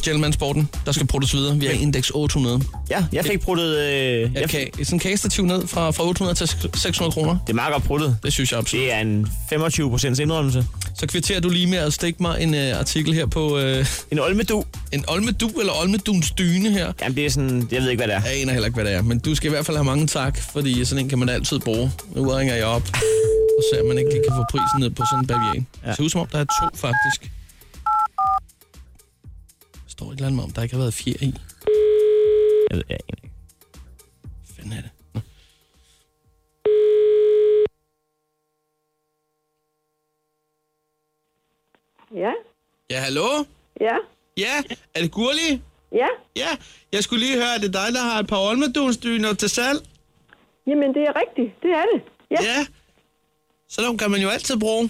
Speaker 4: Gentleman Sporten, der skal bruges videre. Vi er i indeks 800.
Speaker 3: Ja, jeg fik pruttet... Øh, jeg
Speaker 4: Jeg
Speaker 3: fik,
Speaker 4: kan sådan en kagestativ ned fra, fra 800 til 600 kroner.
Speaker 3: det er meget godt pruttet.
Speaker 4: Det synes jeg absolut.
Speaker 3: Det er en 25 procents indrømmelse.
Speaker 4: Så kvitterer du lige med at stikke mig en øh, artikel her på øh,
Speaker 3: En olmedu.
Speaker 4: en olmedu eller olmeduens dyne her.
Speaker 3: Jamen, det er sådan... Jeg ved ikke, hvad det er.
Speaker 4: Jeg aner heller ikke, hvad det er, men du skal i hvert fald have mange tak, fordi sådan en kan man altid bruge. Nu ringer jeg op og ser, om man ikke lige kan få prisen ned på sådan en bavian. Ja. Det ser ud som om, der er to faktisk. Der står et eller andet med, om der ikke har været fjer i.
Speaker 3: Jeg ved, jeg aner ikke.
Speaker 4: Hvad fanden er det? Nå.
Speaker 11: Ja,
Speaker 4: Ja, hallo?
Speaker 11: ja,
Speaker 4: Ja, er det Gurli?
Speaker 11: ja.
Speaker 4: Ja, jeg skulle lige høre, at det er dig, der har et par olmedunsdyner til salg?
Speaker 11: Jamen, det er rigtigt. Det er det. Ja,
Speaker 4: Ja. Sådan nogle kan man jo altid bruge.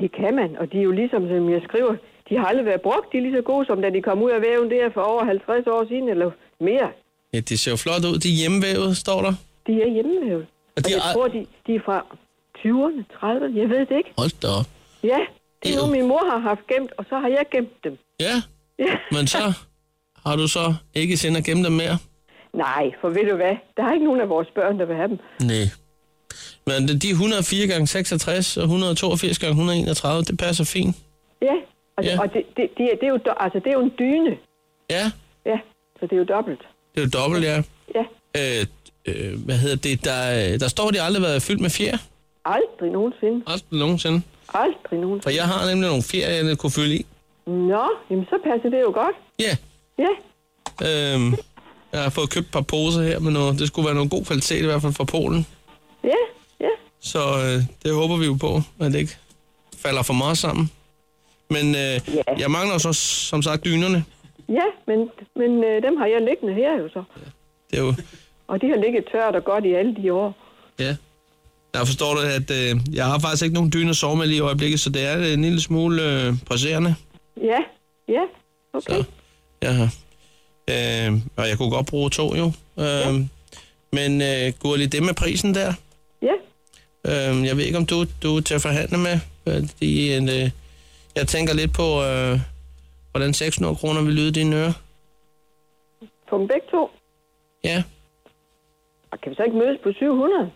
Speaker 11: det kan man. Og de er jo ligesom, som jeg skriver, de har aldrig været brugt. De er lige så gode, som da de kom ud af væven der for over 50 år siden, eller mere.
Speaker 4: Ja, det ser jo flot ud. De er hjemmevævet, står der.
Speaker 11: De er hjemmevævet.
Speaker 4: Og
Speaker 11: Og
Speaker 4: de
Speaker 11: jeg
Speaker 4: er-
Speaker 11: tror, de, de er fra 20'erne, 30'erne, jeg ved det ikke.
Speaker 4: Hold da op.
Speaker 11: Ja, det er
Speaker 4: Ew.
Speaker 11: jo min mor har haft gemt, og så har jeg gemt dem.
Speaker 4: Ja,
Speaker 11: Ja.
Speaker 4: men så har du så ikke sendt at gemme dem mere.
Speaker 11: Nej, for ved du hvad? Der er ikke nogen af vores børn, der vil have dem.
Speaker 4: Nej. Men de 104 gange 66 og 182 gange 131, det passer fint.
Speaker 11: Ja, altså, ja. og det, det, det, er, det, er jo, do- altså, det er jo en dyne.
Speaker 4: Ja.
Speaker 11: Ja, så det er jo dobbelt.
Speaker 4: Det er jo dobbelt, ja.
Speaker 11: Ja,
Speaker 4: Øh, øh, hvad hedder det? Der, øh, der står, at de aldrig har været fyldt med fjer.
Speaker 11: aldrig nogensinde.
Speaker 4: Aldrig nogensinde.
Speaker 11: Aldrig nogensinde.
Speaker 4: For jeg har nemlig nogle fjer, jeg kunne fylde i.
Speaker 11: Nå, jamen så passer det jo godt.
Speaker 4: Ja.
Speaker 11: Ja,
Speaker 4: Øhm, jeg har fået købt et par poser her, men noget, det skulle være nogle god kvalitet i hvert fald fra Polen.
Speaker 11: ja, ja.
Speaker 4: Så øh, det håber vi jo på, at det ikke falder for meget sammen. Men øh, yeah. jeg mangler jo så som sagt dynerne.
Speaker 11: Ja, men, men øh, dem har jeg liggende her jo så.
Speaker 4: Det er jo,
Speaker 11: Og de har ligget tørt og godt i alle de år.
Speaker 4: ja. Jeg forstår det, at øh, jeg har faktisk ikke nogen dyner at sove med lige i øjeblikket, så det er øh, en lille smule øh, presserende.
Speaker 11: Ja, ja, okay. Så.
Speaker 4: Ja. Øh, og jeg kunne godt bruge to jo. Øh, ja. Men øh, Gurli, det med prisen der,
Speaker 11: Ja,
Speaker 4: øh, jeg ved ikke, om du, du er til at forhandle med, fordi øh, jeg tænker lidt på, øh, hvordan 600 kroner vil lyde i dine ører.
Speaker 11: på dem begge to.
Speaker 4: Ja.
Speaker 11: Og kan vi så ikke mødes på 700?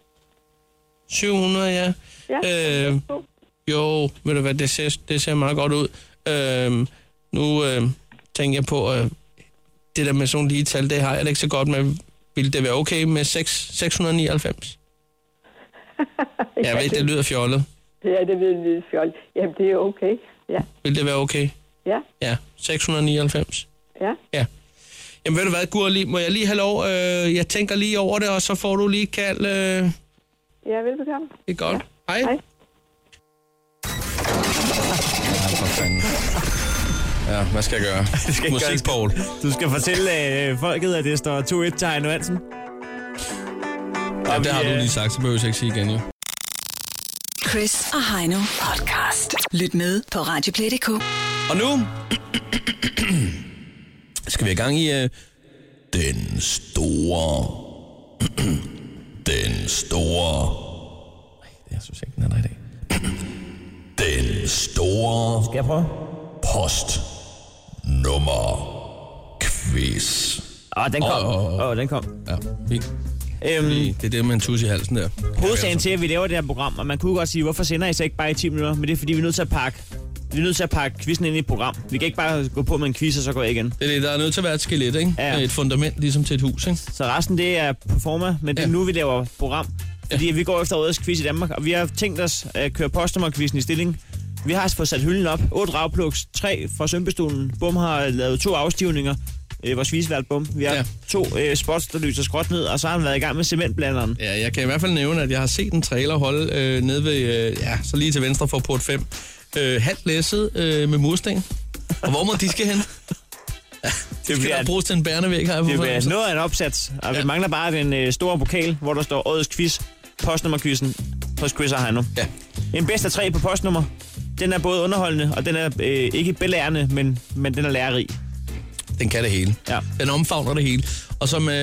Speaker 4: 700, ja.
Speaker 11: Ja,
Speaker 4: Øh, jo, ved du hvad, det ser, det ser meget godt ud. Øh, nu øh, tænker jeg på, øh, det der med sådan nogle lige tal, det har jeg det ikke så godt med. Ville det være okay med 6, 699? Jeg ved, det lyder fjollet.
Speaker 11: Ja, det ved vi fjol. Jamen, det er okay. Ja,
Speaker 4: Vil det være okay?
Speaker 11: ja,
Speaker 4: Ja, 699.
Speaker 11: ja.
Speaker 4: Ja. Jamen ved du hvad, Gurli, må jeg lige have lov? Øh, jeg tænker lige over det, og så får du lige et kald. Øh, det
Speaker 11: Ja, velbekomme.
Speaker 4: er godt. Ja. Hej.
Speaker 11: Hej.
Speaker 4: Ja, for fanden. Ja, hvad skal jeg gøre?
Speaker 3: Det skal ikke
Speaker 4: Musik, Paul.
Speaker 3: Du skal fortælle øh, folket, at det står 2-1 til Heino Hansen.
Speaker 4: Ja,
Speaker 3: Og
Speaker 4: det har
Speaker 3: vi,
Speaker 4: du
Speaker 3: øh,
Speaker 4: lige sagt, så behøver jeg ikke sige igen, jo.
Speaker 2: Chris og Heino podcast. Lyt med på Radioplay.dk.
Speaker 4: Og nu skal vi i gang i øh, den store, den store, Ej, jeg synes ikke, den er der i dag. den store
Speaker 3: Skal jeg prøve?
Speaker 4: post nummer quiz.
Speaker 3: Åh, den kom.
Speaker 4: Åh, åh,
Speaker 3: Åh,
Speaker 4: åh.
Speaker 3: den kom.
Speaker 4: Ja, vi,
Speaker 3: Øhm,
Speaker 4: det er det med en tus i halsen der.
Speaker 3: hovedsagen til, at vi laver det her program, og man kunne godt sige, hvorfor sender I så ikke bare i 10 minutter? Men det er, fordi vi er nødt til at pakke vi er nødt til at pakke quizzen ind i et program. Vi kan ikke bare gå på med en quiz, og så gå af igen.
Speaker 4: Det er det, der er nødt til at være et skelet, ikke?
Speaker 3: Ja.
Speaker 4: Et fundament, ligesom til et hus, ikke?
Speaker 3: Så resten, det er performa, men det er
Speaker 4: Ja.
Speaker 3: nu, vi laver program. Fordi vi går efter årets quiz i Danmark, og vi har tænkt os at køre postnummerquizzen i stilling. Vi har fået sat hylden op. 8 ragplugs, 3 fra sømpestolen. Bum har lavet to afstivninger. Øh, vores visvært Bum. Vi har
Speaker 4: Ja.
Speaker 3: ja. to øh, spots, der lyser skråt ned, og så har han været i gang med cementblanderen.
Speaker 4: Ja, jeg kan i hvert fald nævne, at jeg har set en trailer holde øh, nede ved, øh, ja, så lige til venstre for port 5. Øh, halvt læsset øh, med mursten. Og hvor må de skal hen? Det skal
Speaker 3: bliver-
Speaker 4: der bruges til en bærnevæg, har jeg på
Speaker 3: Det er
Speaker 4: fornemmelsen.
Speaker 3: noget af en opsats, og ja.
Speaker 4: Ja.
Speaker 3: vi mangler bare den øh, store pokal, hvor der står årets quiz, postnummerquizzen hos Chris og Heino.
Speaker 4: Ja.
Speaker 3: En bedst af tre på postnummer. Den er både underholdende, og den er øh, ikke belærende, men, men den er lærerig.
Speaker 4: Den kan det hele.
Speaker 3: Ja.
Speaker 4: Den omfavner det hele. Og som øh,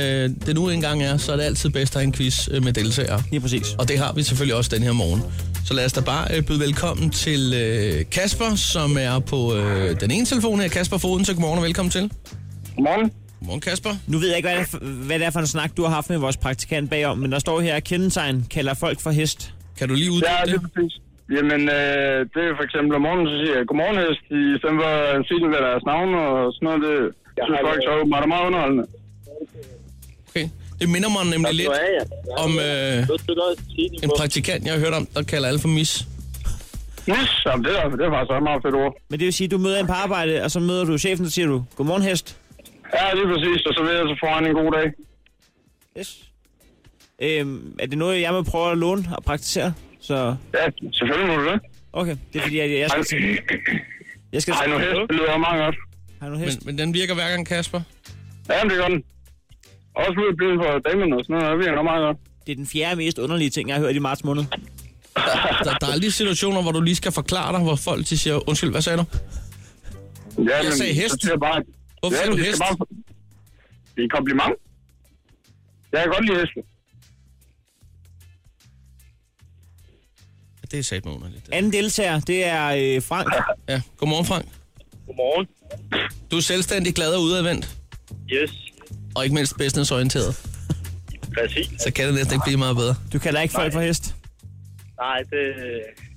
Speaker 4: det nu engang er, så er det altid bedst at have en quiz øh, med deltagere.
Speaker 3: Lige præcis.
Speaker 4: Og det har vi selvfølgelig også den her morgen. Så lad os da bare øh, byde velkommen til øh, Kasper, som er på øh, den ene telefon her. Kasper Foden, så godmorgen og velkommen til.
Speaker 5: Godmorgen.
Speaker 4: Godmorgen Kasper.
Speaker 3: Nu ved jeg ikke, hvad det, er for, hvad det er for en snak, du har haft med vores praktikant bagom, men der står her, at kendetegn kalder folk for hest.
Speaker 4: Kan du lige
Speaker 5: Ja,
Speaker 4: uddybe
Speaker 5: det
Speaker 4: det?
Speaker 5: er præcis. Jamen, øh, det er for eksempel om morgenen, så siger jeg, godmorgen hest, i stedet for at sige, hvad deres navn og sådan noget, det synes folk så åbenbart er meget underholdende.
Speaker 4: Okay. Det minder mig nemlig lidt om øh, en praktikant, jeg har hørt om, der kalder alle for mis.
Speaker 5: Yes, jamen, det er, det er faktisk også et meget fedt ord.
Speaker 3: Men det vil sige, at du møder en på arbejde, og så møder du chefen, og så siger du, godmorgen hest.
Speaker 5: Ja, lige præcis, og så ved jeg, så får han en god dag.
Speaker 3: Yes. Øhm, er det noget, jeg må prøve at låne og praktisere? Så,
Speaker 5: Ja, selvfølgelig må du det.
Speaker 3: okay, det er fordi, jeg, jeg skal til... Jeg skal
Speaker 5: Ej, nu hest, det lyder meget godt.
Speaker 3: Har du
Speaker 4: Men,
Speaker 3: hest?
Speaker 4: men den virker hver gang, Kasper.
Speaker 5: Ja, det gør den. Også ude i byen for damen og sådan noget, det virker nok meget godt.
Speaker 3: Det er den fjerde mest underlige ting, jeg har hørt i marts måned.
Speaker 4: Der, der er lige situationer, hvor du lige skal forklare dig, hvor folk de siger, undskyld, hvad sagde du?
Speaker 5: Ja,
Speaker 4: Jeg sagde hest.
Speaker 5: Så siger jeg bare,
Speaker 4: Hvorfor sagde
Speaker 5: men
Speaker 4: du
Speaker 5: de skal
Speaker 4: hest?
Speaker 5: Bare... Det er et kompliment. Jeg kan godt lide heste.
Speaker 4: Det er satme underligt.
Speaker 3: Anden deltager, det er øh, Frank.
Speaker 4: Ja, godmorgen Frank.
Speaker 10: Godmorgen.
Speaker 4: Du er selvstændig glad og udadvendt.
Speaker 10: Yes.
Speaker 4: og ikke mindst businessorienteret.
Speaker 12: Præcis.
Speaker 4: Så kan det næsten ikke blive meget bedre.
Speaker 3: Du kalder ikke folk for hest.
Speaker 12: Nej, det,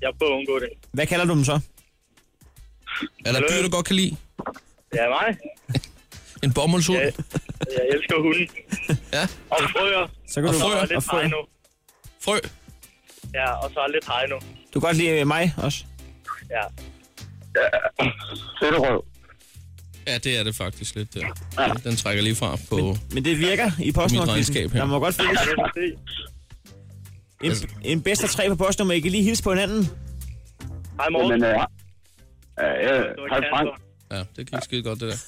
Speaker 12: jeg prøver at undgå det.
Speaker 3: Hvad kalder du dem så?
Speaker 4: Er der dyr, du godt kan lide?
Speaker 12: Ja, mig.
Speaker 4: En bomuldshund? Ja.
Speaker 12: Jeg elsker hunden.
Speaker 4: ja.
Speaker 12: Og frøer.
Speaker 3: Så kan
Speaker 12: og
Speaker 3: du-
Speaker 12: så
Speaker 3: og
Speaker 12: lidt
Speaker 3: frøer.
Speaker 12: hegno.
Speaker 4: Frø?
Speaker 12: Ja, og så lidt hegno.
Speaker 3: Du kan godt lide mig også.
Speaker 12: Ja.
Speaker 4: Fedterøv. Ja, det er det faktisk lidt. Ja. Den trækker lige fra på... Men,
Speaker 3: men det virker i
Speaker 4: Mit regnskab
Speaker 3: postnummerquizzen.
Speaker 4: her. Altså-
Speaker 3: Der må godt findes en, en bedst af tre på postnummer. I kan lige hilse på hinanden.
Speaker 12: Hej
Speaker 3: Morten.
Speaker 5: Jamen, øh, ja, ja, hej Frank.
Speaker 4: Ja, det gik skide godt, det der.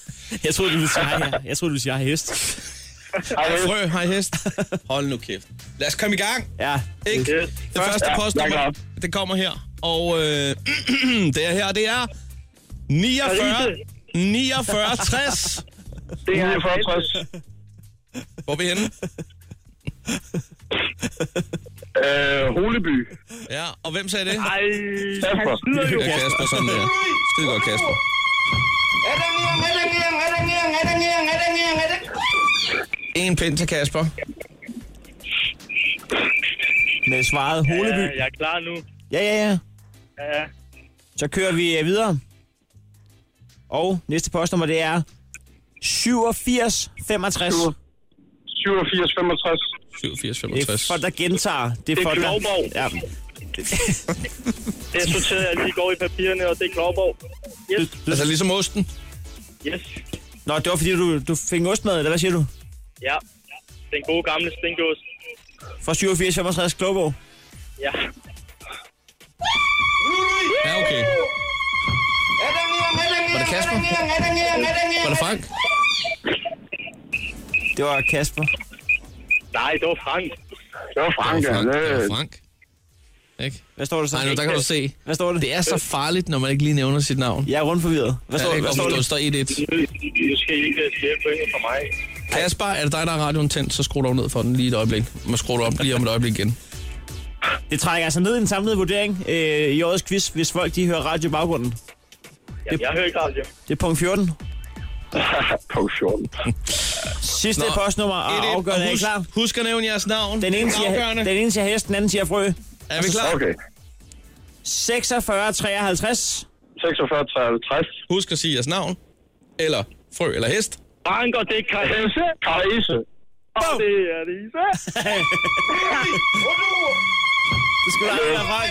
Speaker 3: Jeg troede, du ville sige hej her. Jeg troede, du ville sige hej hest.
Speaker 4: Hej frø, hej hest. Hold nu kæft. Lad os komme i gang.
Speaker 3: Ja.
Speaker 4: Ikke?
Speaker 3: Yes.
Speaker 4: Det første
Speaker 3: Ja, jeg
Speaker 4: postnummer,
Speaker 3: er
Speaker 4: det kommer her. Og øh, det er her, det er 49, 49, 60.
Speaker 5: Det er 49, 60.
Speaker 4: Hvor er vi henne?
Speaker 5: Øh, Holeby.
Speaker 4: Ja, og hvem sagde det?
Speaker 5: Ej,
Speaker 4: Kasper.
Speaker 5: han snyder jo.
Speaker 4: Ja, Kasper, sådan der. Skide godt, Kasper. En pind til Kasper.
Speaker 3: Med svaret Holeby.
Speaker 12: Ja, Øh, jeg er klar nu.
Speaker 3: Ja, ja, ja.
Speaker 12: Ja, ja.
Speaker 3: Så kører vi øh, videre. Og næste postnummer, det er 87 65.
Speaker 5: 87 65.
Speaker 4: 87
Speaker 3: Det er folk, der gentager.
Speaker 12: Det er
Speaker 3: folk, der...
Speaker 12: Klovborg.
Speaker 3: Ja.
Speaker 12: Det sorterede jeg lige i går i papirerne, og det er Klovborg. Yes,
Speaker 4: Altså ligesom osten.
Speaker 12: yes.
Speaker 3: Nå, det var fordi, du, du fik ostmad, eller hvad siger du?
Speaker 12: Ja. Den gode gamle stinkost.
Speaker 3: Fra 87 65 Klogborg.
Speaker 12: Ja.
Speaker 4: Ja, okay. Var det Kasper? Var det Frank?
Speaker 3: Det var Kasper.
Speaker 12: Nej, det var Frank.
Speaker 5: Det var Frank,
Speaker 4: Det var Frank. Det var
Speaker 5: ja.
Speaker 4: Frank. Ikke?
Speaker 3: Hvad står det så?
Speaker 4: Nej, nu, der kan du se.
Speaker 3: Hvad står det?
Speaker 4: Det er så farligt, når man ikke lige nævner sit navn.
Speaker 3: Jeg er rundt forvirret. Hvad står,
Speaker 4: ja,
Speaker 3: ja,
Speaker 4: det?
Speaker 3: hvad står
Speaker 4: Hvad
Speaker 3: det?
Speaker 4: står det? står 1-1.
Speaker 12: Nu skal I ikke flere point fra mig.
Speaker 4: Kasper, er det dig, der har radioen tændt, så skru dog ned for den lige et øjeblik. Man skruer op lige om et øjeblik igen.
Speaker 3: Det trækker altså ned i den samlede vurdering øh, i årets quiz, hvis folk de hører radio i baggrunden.
Speaker 12: Jamen, jeg hører ikke radio.
Speaker 3: Det er punkt 14.
Speaker 5: Punkt 14.
Speaker 3: Sidste Nå, postnummer
Speaker 4: Et,
Speaker 3: og
Speaker 4: et.
Speaker 3: afgørende. Er I
Speaker 4: husk,
Speaker 3: klar?
Speaker 4: Husk at nævne jeres navn.
Speaker 3: Den ene,
Speaker 4: Det er
Speaker 3: siger,
Speaker 4: afgørende.
Speaker 3: den ene siger hest, den anden siger frø.
Speaker 4: Er
Speaker 12: Altså,
Speaker 4: vi klar?
Speaker 5: Okay.
Speaker 3: 46, 53.
Speaker 5: 46 53.
Speaker 4: Husk at sige jeres navn. Eller frø eller hest.
Speaker 12: Frank, og det er Kajs.
Speaker 5: Else, Kajse.
Speaker 12: Og det er Lisa.
Speaker 3: Det skal være være Frank.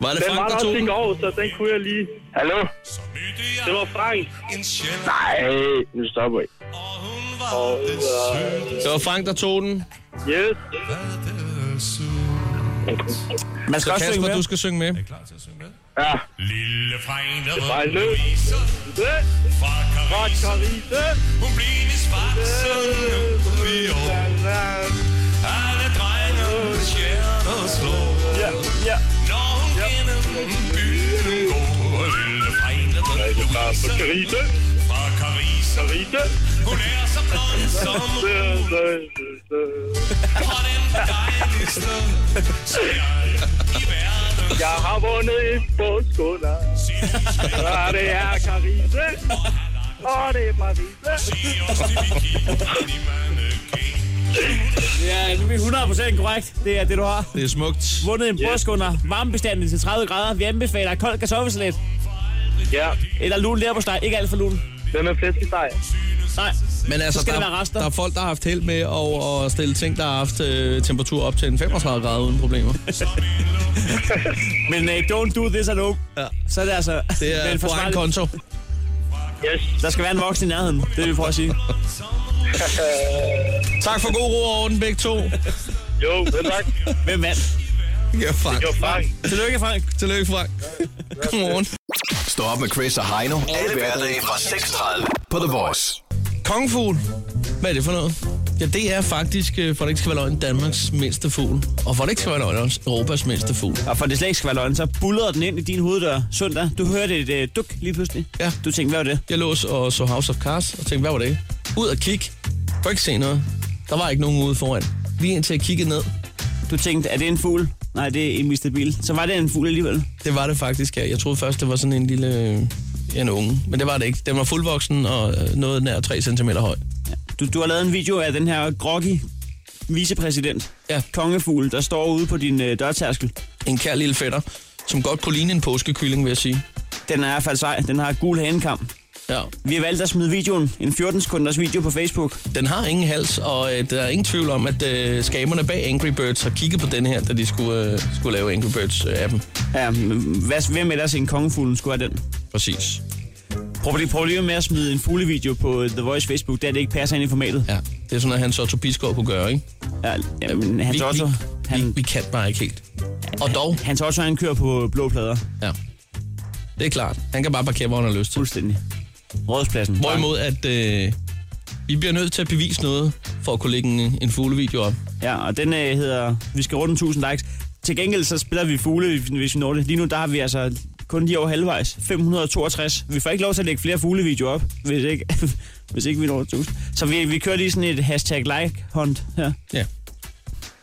Speaker 4: Var det
Speaker 12: Den var
Speaker 4: Frank,
Speaker 12: der
Speaker 4: der tog
Speaker 12: også i
Speaker 4: den?
Speaker 12: går, så den kunne jeg lige.
Speaker 5: Hallo?
Speaker 12: Det var Frank.
Speaker 5: Nej, nu stopper I.
Speaker 12: Og,
Speaker 4: Det var Frank, der tog den.
Speaker 12: yes.
Speaker 3: Man
Speaker 4: Så
Speaker 3: skal også synge
Speaker 4: Kasper,
Speaker 3: med.
Speaker 4: du skal synge med.
Speaker 5: Ja.
Speaker 9: Lille Frank, der
Speaker 12: var en løb. Det.
Speaker 9: fra
Speaker 12: Godt, Karise.
Speaker 9: Hun blev min svar, så nu vi år. Alle drenge stjerner slår.
Speaker 12: Ja, ja.
Speaker 9: Når hun gennem byen går. Lille Frank, der var Louise
Speaker 12: Karise.
Speaker 9: fra Carissa.
Speaker 12: Karise.
Speaker 9: Hun er så blond som Og den dejligste stjerne i verden.
Speaker 12: Jeg har vundet et bådskunder. Og det er Karise. Og det er Parise.
Speaker 9: Sig os til vi kigger i mannequin.
Speaker 3: Ja, nu er vi 100% korrekt. Det er det, du har.
Speaker 4: Det er smukt.
Speaker 3: Vundet en brødskunder. Varmebestandig til 30 grader. Vi anbefaler kold kartoffelsalat.
Speaker 12: Ja,
Speaker 3: Eller lun lærbosteg. Ikke alt for lun.
Speaker 12: hvem er flæskesteg?
Speaker 3: Nej.
Speaker 4: Men altså,
Speaker 3: Så skal
Speaker 4: der,
Speaker 3: det være rester.
Speaker 4: der er folk, der har haft held med at, at stille ting, der har haft øh, temperatur op til en 35 grader uden problemer.
Speaker 12: Øh.
Speaker 3: Men uh, don't do this alone. Ja. Så er det altså...
Speaker 4: Det er
Speaker 3: men
Speaker 4: på egen
Speaker 3: forsvarligt.
Speaker 4: konto.
Speaker 12: Yes.
Speaker 3: Der skal være en voksen i nærheden. Det vil vi prøve at sige.
Speaker 4: Tak for god ro og orden, begge to.
Speaker 12: Jo, men tak.
Speaker 3: Hvem vandt?
Speaker 4: Ja, Frank.
Speaker 12: Jo, Frank.
Speaker 3: Tillykke, Frank.
Speaker 4: Tillykke, Frank. Godmorgen.
Speaker 9: Stå op med Chris og Heino. Alle hverdage fra 6.30 på The Voice.
Speaker 4: Kongfugl. Hvad er det for noget? Ja, det er faktisk, øh, for det ikke skal være løgn, Danmarks mindste fugl. Og for det ikke skal være løgn, også Europas mindste fugl.
Speaker 3: Og for det slet ikke skal være løgn, så bullerede den ind i din hoveddør søndag. Du hørte et øh, duk lige pludselig.
Speaker 4: Ja.
Speaker 3: Du tænkte, hvad var det?
Speaker 4: Jeg lå og så House of Cards og tænkte, hvad var det? Ud og kigge. Kunne ikke se noget. Der var ikke nogen ude foran. Lige indtil jeg kiggede ned.
Speaker 3: Du tænkte, er det en fugl? Nej, det er en Mr. Bill. Så var det en fugl alligevel.
Speaker 4: Det var det faktisk, ja. Jeg troede først, det var sådan en lille... øh, en unge. Men det var det ikke. Den var fuldvoksen og øh, noget nær 3 cm høj.
Speaker 3: Du, du har lavet en video af den her groggy vicepræsident, ja. kongefugl, der står ude på din øh, dørtærskel.
Speaker 4: En kær lille fætter, som godt kunne ligne en påskekylling, vil jeg sige.
Speaker 3: Den er i hvert fald sej. Den har gul hanekam.
Speaker 4: Ja.
Speaker 3: Vi har valgt at smide videoen, en 14 sekunders video på Facebook.
Speaker 4: Den har ingen hals, og øh, der er ingen tvivl om, at øh, skaberne bag Angry Birds har kigget på den her, da de skulle, øh, skulle lave Angry øh, Birds-appen.
Speaker 3: Ja, men hvad, hvem ellers en kongefuglen skulle have den?
Speaker 4: Præcis.
Speaker 3: Prøv lige, prøv lige med at smide en fuglevideo på øh, The Voice Facebook, der det ikke passer ind i formatet.
Speaker 4: Ja, det er sådan, at Hans Otto Bisgaard kunne gøre, ikke?
Speaker 3: Ja, jamen, Hans
Speaker 4: vi,
Speaker 3: Otto,
Speaker 4: Vi,
Speaker 3: han-
Speaker 4: vi, vi kan bare ikke helt. Og dog,
Speaker 3: Hans Otto, han kører på blå plader.
Speaker 4: Ja. Det er klart. Han kan bare parkere, hvor han har lyst til.
Speaker 3: Fuldstændig. Rådspladsen.
Speaker 4: Hvorimod, at øh, vi bliver nødt til at bevise noget, for at kunne lægge en, en fuglevideo op.
Speaker 3: Ja, og den øh, hedder, vi skal runde 1000 likes. Til gengæld så spiller vi fugle, hvis vi når det. Lige nu der har vi altså kun lige over halvvejs. 562. Vi får ikke lov til at lægge flere fuglevideoer op, hvis ikke, hvis ikke vi når 1000. Så vi, vi kører lige sådan et hashtag like hunt her.
Speaker 4: Ja.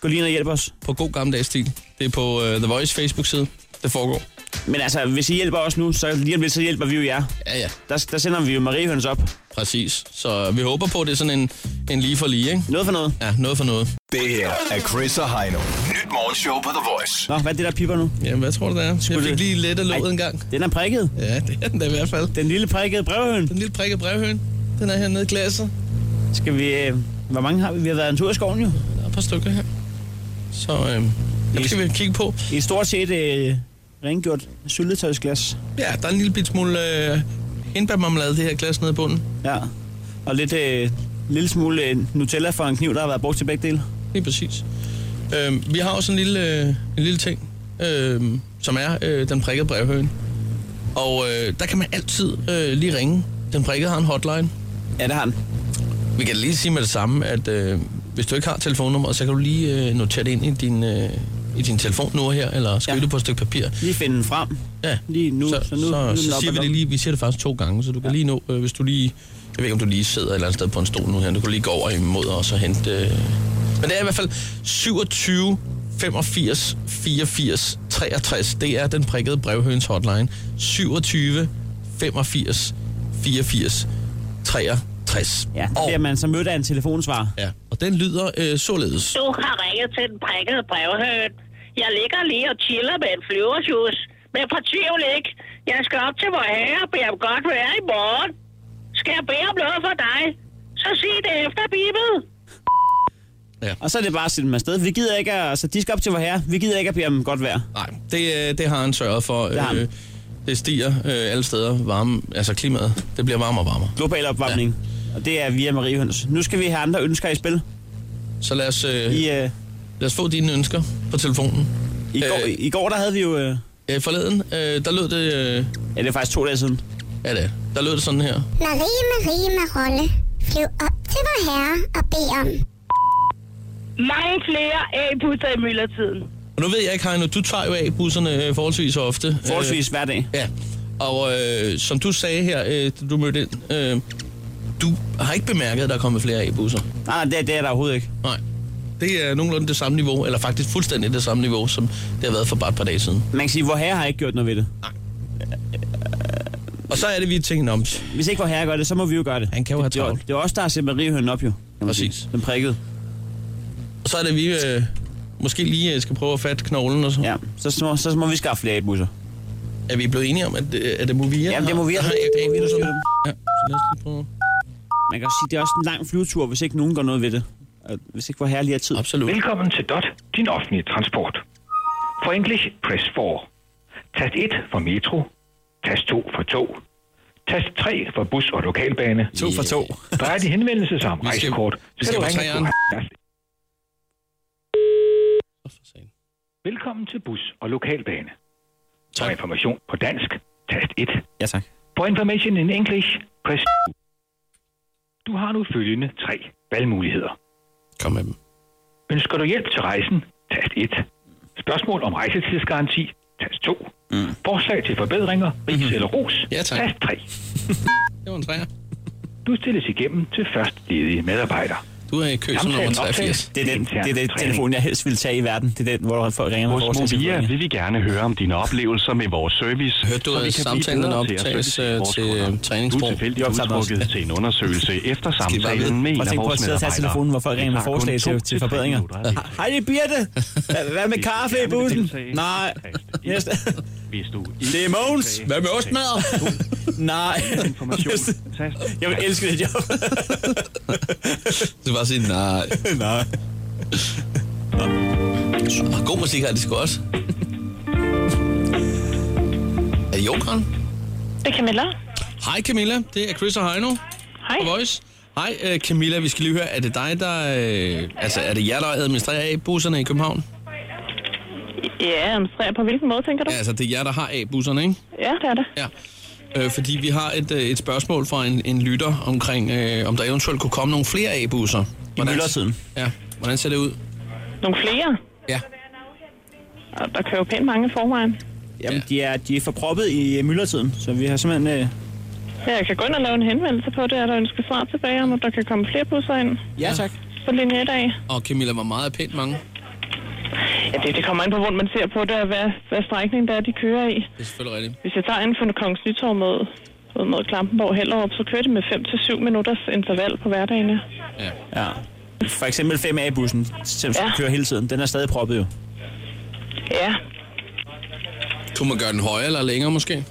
Speaker 3: Gå lige ind og hjælp os.
Speaker 4: På god gammeldags stil. Det er på øh, The Voice Facebook-side, det foregår.
Speaker 3: Men altså, hvis I hjælper os nu, så lige om lidt, så hjælper vi jo jer.
Speaker 4: Ja, ja.
Speaker 3: Der, der sender vi jo Mariehøns op.
Speaker 4: Præcis. Så vi håber på, at det er sådan en, en lige for lige, ikke?
Speaker 3: Noget for noget.
Speaker 4: Ja, noget for noget.
Speaker 13: Det her er Chris og Heino. Nyt morgenshow på The Voice.
Speaker 3: Nå, hvad er det, der piper nu?
Speaker 4: Jamen, hvad tror du, det er? Jeg fik
Speaker 3: det-
Speaker 4: lige lidt af låget
Speaker 3: Ej.
Speaker 4: en gang.
Speaker 3: Den er prikket.
Speaker 4: Ja, det er den da i hvert fald.
Speaker 3: Den lille prikkede brevhøn.
Speaker 4: Den lille prikke brevhøn. Den er hernede i glasset.
Speaker 3: Skal vi... Øh, hvor mange har vi? Vi har været en tur i skoven jo.
Speaker 4: Der er et par stykker her. Så øh, dem skal vi kigge på.
Speaker 3: I er stort set øh, rengjort syltetøjsglas.
Speaker 4: Ja, der er en lille bit smule øh, hindbærmarmelade i det her glas nede i bunden.
Speaker 3: Ja, og lidt øh, lille smule øh, Nutella for en kniv, der har været brugt til begge dele.
Speaker 4: Lige præcis. Øh, vi har også en lille, øh, en lille ting, øh, som er øh, den prikkede brevhøen. Og øh, der kan man altid øh, lige ringe. Den prikkede har en hotline.
Speaker 3: Ja, det har den.
Speaker 4: Vi kan lige sige med det samme, at øh, hvis du ikke har telefonnummeret, så kan du lige øh, notere det ind i din, øh, i din telefon nu og her, eller skrive ja. det på et stykke papir.
Speaker 3: Lige finde den frem.
Speaker 4: Ja.
Speaker 3: Lige nu.
Speaker 4: så, så,
Speaker 3: nu, nu er
Speaker 4: så,
Speaker 3: den
Speaker 4: så
Speaker 3: op
Speaker 4: siger
Speaker 3: og
Speaker 4: vi det
Speaker 3: op.
Speaker 4: lige, vi siger det faktisk to gange, så du kan ja. lige nå, øh, hvis du lige, jeg ved ikke om du lige sidder et eller andet sted på en stol nu her, du kan lige gå over imod os og hente, øh. men det er i hvert fald 27 85 84 63, det er den prikkede brevhøns hotline, 27 85 84 63.
Speaker 3: Ja, der
Speaker 4: og,
Speaker 3: bliver man så mødt af en telefonsvar.
Speaker 4: ja, og den lyder øh, således.
Speaker 14: Du har ringet til den prikkede brevhøn. Jeg ligger lige og chiller med en flyverjus. Men fortvivl ikke. Jeg skal op til vor herre og bede om godt vejr i morgen. Skal jeg bede om noget for dig? Så sig det efter, Bibel.
Speaker 3: Og så er det bare at sætte dem afsted. Vi gider ikke at... Så de skal op til vor herre. Vi gider ikke at bede om godt vejr.
Speaker 4: Nej, det, øh, det har han sørget for.
Speaker 3: Det har han.
Speaker 4: øh, det stiger øh, alle steder. Varme, altså klimaet, det bliver varmere og varmere.
Speaker 3: Global opvarmning. Ja. Og det er via Marie Høns. Nu skal vi have andre ønsker i spil.
Speaker 4: Så lad os, øh,
Speaker 3: I, øh,
Speaker 4: lad os få dine ønsker på telefonen.
Speaker 3: i, går,
Speaker 4: Øh.
Speaker 3: I går der havde vi jo... Øh,
Speaker 4: Øh, forleden, øh, der lød det... Øh,
Speaker 3: ja, det er faktisk to dage siden.
Speaker 4: ja, det, er. der lød det sådan her.
Speaker 15: Marie, Marie, Marolle, flyv op til vor herre og bed om.
Speaker 14: Mange flere A-busser i myldretiden.
Speaker 4: Og nu ved jeg ikke, Heino, du tager jo af busserne øh, forholdsvis ofte.
Speaker 3: Forholdsvis hver dag.
Speaker 4: Øh, ja. Og øh, som du sagde her, øh, da du mødte ind, øh, du har ikke bemærket, at der er kommet flere A-busser.
Speaker 3: Nej, nej, det, det er der overhovedet ikke.
Speaker 4: Nej. Det er nogenlunde det samme niveau, eller faktisk fuldstændig det samme niveau, som det har været for bare et par dage siden.
Speaker 3: Man kan sige, hvor herre har ikke gjort noget ved det.
Speaker 4: Og så er det, vi tænker om.
Speaker 3: Hvis ikke vor herre gør det, så må vi jo gøre det.
Speaker 4: Han kan jo have
Speaker 3: Det er,
Speaker 4: travlt.
Speaker 3: det er os, der har set Marie Høn op jo. kan man sige.
Speaker 4: Præcis.
Speaker 3: Den prikkede.
Speaker 4: Og så er det, vi øh, måske lige øh, skal prøve at fatte knoglen og så.
Speaker 3: Ja, så, så, så må vi skaffe flere busser.
Speaker 4: Er vi blevet enige om, at, øh, at det må vi?
Speaker 3: Jamen, det må vi
Speaker 4: Ja,
Speaker 3: have.
Speaker 4: ja,
Speaker 3: Det må vi have.
Speaker 4: Ja, så lad os lige prøve.
Speaker 3: Man kan også sige, det er også en lang flyvetur, hvis ikke nogen gør noget ved det. Og Hvis ikke hvor herre lige har tid.
Speaker 4: Absolut.
Speaker 16: Velkommen til DOT, din offentlige transport. For English, press 4. Tast 1 for metro. Tast 2 for tog. Tast 3 for bus og lokalbane.
Speaker 3: To for to.
Speaker 16: Drejer de henvendelse sig om
Speaker 4: Vi skal-
Speaker 16: rejsekort,
Speaker 4: vi skal
Speaker 16: du
Speaker 4: på
Speaker 16: ringe
Speaker 4: træerne.
Speaker 16: på-
Speaker 4: Åh, for satan.
Speaker 16: Velkommen til bus og lokalbane. For
Speaker 4: Tak.
Speaker 16: information på dansk, tast 1.
Speaker 3: Ja, tak.
Speaker 16: For information in English, press 2. Du har nu følgende tre valgmuligheder.
Speaker 4: Kom med dem.
Speaker 16: Ønsker du hjælp til rejsen? Tast 1. Spørgsmål om rejsetidsgaranti? Tast 2. Mm. Forslag til forbedringer? Ris mm-hmm. eller ros?
Speaker 4: Mhm. Ja, tak.
Speaker 16: Tast 3.
Speaker 4: Det var en træer.
Speaker 16: Du stilles igennem til først ledige medarbejder.
Speaker 4: Du er i kø som nummer 83.
Speaker 3: Det er den, det er den telefon, jeg helst vil tage i verden. Det er den, hvor folk ringer med
Speaker 17: Hos
Speaker 3: vores
Speaker 17: Movia vil vi gerne høre om dine oplevelser med vores service. Hørte
Speaker 4: du, at samtalen den optages, øh, til,
Speaker 17: træningsbrug? Du er tilfældigt udtrukket til en undersøgelse efter samtalen med en
Speaker 3: Og
Speaker 17: af
Speaker 3: tænk på at
Speaker 17: vores
Speaker 3: sidde og tage telefonen, hvor
Speaker 17: medarbejdere.
Speaker 3: folk ringer med forslag til, til forbedringer. Hej, det er Birte. Hvad- Hvad med kaffe i bussen? Nej. Næste. Ah. Det er Mogens. Hvad med ostmad? Nej. Jeg vil elske det job.
Speaker 4: Du bare sige nej.
Speaker 3: nej.
Speaker 4: Og god musik har de sgu også. Er det Jokeren?
Speaker 11: Det er Camilla.
Speaker 4: Hej Camilla, det er Chris og Heino. Hej. Voice. Hej øh, Camilla, vi skal lige høre, er det dig, der... Øh, altså, er det jer, der administrerer A-busserne i København?
Speaker 11: Ja, administrerer på hvilken måde, tænker du?
Speaker 4: Ja, altså, det er jer, der har A-busserne, ikke?
Speaker 11: Ja, det er det.
Speaker 4: Ja. Øh, fordi vi har et, øh, et spørgsmål fra en, en lytter omkring, øh, om der eventuelt kunne komme nogle flere A-busser. I myldretiden. Ja, hvordan ser det ud?
Speaker 11: Nogle flere?
Speaker 4: Ja.
Speaker 11: Og der kører jo pænt mange i forvejen.
Speaker 3: Jamen, de er, de er for proppet i øh, myldretiden, så vi har simpelthen... Øh,
Speaker 11: Ja, jeg kan gå ind og lave en henvendelse på det, og der ønsker svar tilbage om, at der kan komme flere busser ind.
Speaker 3: Ja, tak.
Speaker 11: På linje i dag.
Speaker 4: Og Camilla, hvor meget er pænt mange?
Speaker 11: Ja, det, det kommer ind på, hvor man ser på det, og hvad, hvad strækning der er, de kører i.
Speaker 4: Det er selvfølgelig rigtigt.
Speaker 11: Hvis jeg tager inden for Kongens Nytorv mod, ud mod Klampenborg Hellerup, så kører de med 5-7 minutters interval på hverdagene.
Speaker 4: Ja.
Speaker 3: ja. For eksempel 5A-bussen, som ja. kører hele tiden. Den er stadig proppet jo.
Speaker 11: Ja.
Speaker 4: Kunne man gøre den højere eller længere måske?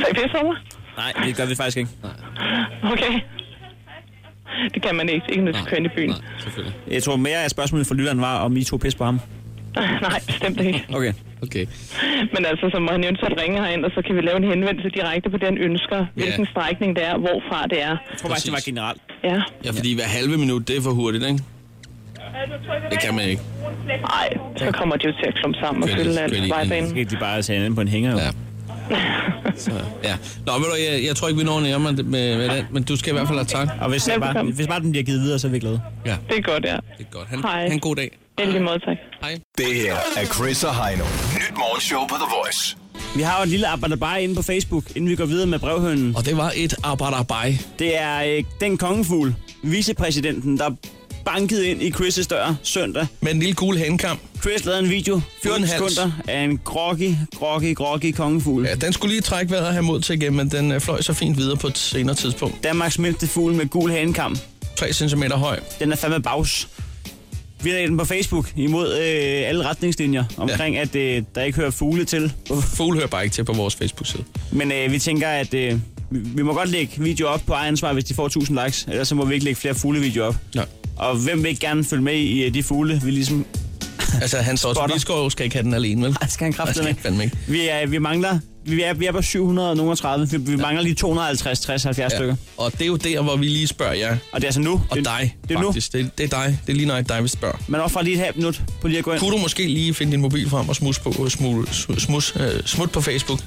Speaker 11: Så I det for mig?
Speaker 3: Nej, det gør vi faktisk ikke.
Speaker 11: Okay. Det kan man ikke, ikke når de kører ind i byen. Nej,
Speaker 4: selvfølgelig.
Speaker 3: Jeg tror mere, at spørgsmålet for lytteren var, om I tog pis på ham.
Speaker 11: Nej, bestemt ikke.
Speaker 3: Okay.
Speaker 4: Okay.
Speaker 11: Men altså, så må han eventuelt ringe herind, og så kan vi lave en henvendelse direkte på det, han ønsker. Hvilken strækning det er, hvorfra det er. Jeg
Speaker 3: tror faktisk, det var generelt.
Speaker 11: Ja.
Speaker 4: Ja, fordi hver halve minut, det er for hurtigt, ikke? Det kan man ikke.
Speaker 11: Nej, så kommer de jo til at klumpe sammen og fylde alt vejbanen.
Speaker 3: Skal de bare tage ind på en hænger? Ja.
Speaker 4: Så, ja. Nå, ved du, jeg, jeg tror ikke, vi når nærmere med, med den, men du skal i hvert fald have tak.
Speaker 3: Og hvis, jeg bare, hvis bare den bliver givet videre, så er vi glade.
Speaker 4: Ja.
Speaker 11: Det er godt, ja.
Speaker 4: Det er godt. Han,
Speaker 11: Hej.
Speaker 4: han god dag.
Speaker 11: Endelig måde, tak.
Speaker 4: Hej.
Speaker 13: Det her er Chris og Heino. Nyt morgenshow på The Voice.
Speaker 3: Vi har jo et lille arbejderbej inde på Facebook, inden vi går videre med brevhønen.
Speaker 4: Og det var et arbejderbej.
Speaker 3: Det er øh, den kongefugl, vicepræsidenten, der bankede ind i Chris' dør søndag.
Speaker 4: Med en lille gul handkamp.
Speaker 3: Chris lavede en video, 14
Speaker 4: Uden hals.
Speaker 3: sekunder, af en groggy, groggy, groggy kongefugl.
Speaker 4: Ja, den skulle lige trække vejret og have mod til igen, men den øh, fløj så fint videre på et senere tidspunkt.
Speaker 3: Danmarks mindste fugl med gul hanekamp.
Speaker 4: 3 cm høj.
Speaker 3: Den er fandme bags. Vi lagde den på Facebook imod øh, alle retningslinjer omkring, ja. at øh, der ikke hører fugle til.
Speaker 4: Fugle hører bare ikke til på vores Facebook-side.
Speaker 3: Men øh, vi tænker, at øh, vi- vi må godt lægge videoer op på egen ansvar, hvis de får 1000 likes. Ellers så må vi ikke lægge flere fuglevideoer op.
Speaker 4: Nej.
Speaker 3: Og hvem vil ikke gerne følge med i øh, de fugle, vi ligesom...
Speaker 4: Altså, han står
Speaker 3: Spotter.
Speaker 4: Vilskov skal ikke have den alene, vel?
Speaker 3: Nej, skal han
Speaker 4: Nej, skal
Speaker 3: kraftedeme
Speaker 4: han
Speaker 3: ikke.
Speaker 4: fandme ikke.
Speaker 3: Vi, er, vi mangler... Vi er, vi er på 730. Vi, vi mangler lige 250, 60, 70 ja. stykker.
Speaker 4: Og det er jo der, hvor vi lige spørger jer.
Speaker 3: Og det er altså nu.
Speaker 4: Og det, dig,
Speaker 3: det er nu.
Speaker 4: faktisk. Det, det er dig. Det er lige nøjagtigt dig, vi spørger.
Speaker 3: Man offrer lige et halvt minut på lige at gå ind.
Speaker 4: Kunne du måske lige finde din mobil frem og smus på, øh, smul, smu- smus, øh, smut på Facebook?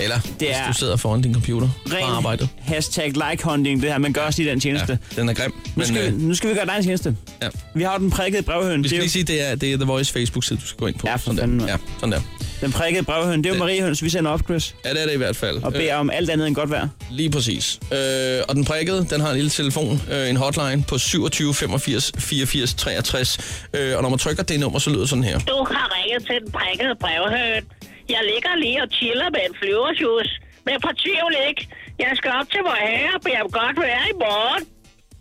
Speaker 4: Eller det er
Speaker 3: er-
Speaker 4: hvis du sidder foran din computer
Speaker 3: Ren
Speaker 4: og arbejder.
Speaker 3: hashtag like hunting, det her. Man gør os lige den tjeneste. Ja.
Speaker 4: Den er grim.
Speaker 3: Nu
Speaker 4: Men,
Speaker 3: skal,
Speaker 4: øh,
Speaker 3: vi, nu skal vi gøre dig en tjeneste.
Speaker 4: Ja.
Speaker 3: Vi har jo den prikkede brevhøn.
Speaker 4: vi
Speaker 3: Det
Speaker 4: skal
Speaker 3: er
Speaker 4: lige
Speaker 3: jo,
Speaker 4: sige, det er, det er The Voice Facebook-side, du skal gå ind på. Ja, sådan der. Ja, sådan der.
Speaker 3: den prikkede brevhøn, det er jo Mariehøns, vi sender op, Chris.
Speaker 4: Ja, det er det i hvert fald.
Speaker 3: Og beder om alt andet end godt vejr.
Speaker 4: Lige præcis. Øh, og den prikkede, den har en lille telefon, øh, en hotline på 27 85 84 63. Øh, og når man trykker det nummer, så lyder det sådan her.
Speaker 14: Du har ringet til den prikkede brevhøn. Jeg ligger lige og chiller med en flyvershus. Men fortvivl ikke. Jeg skal op til vor herre og bede om godt vejr i morgen.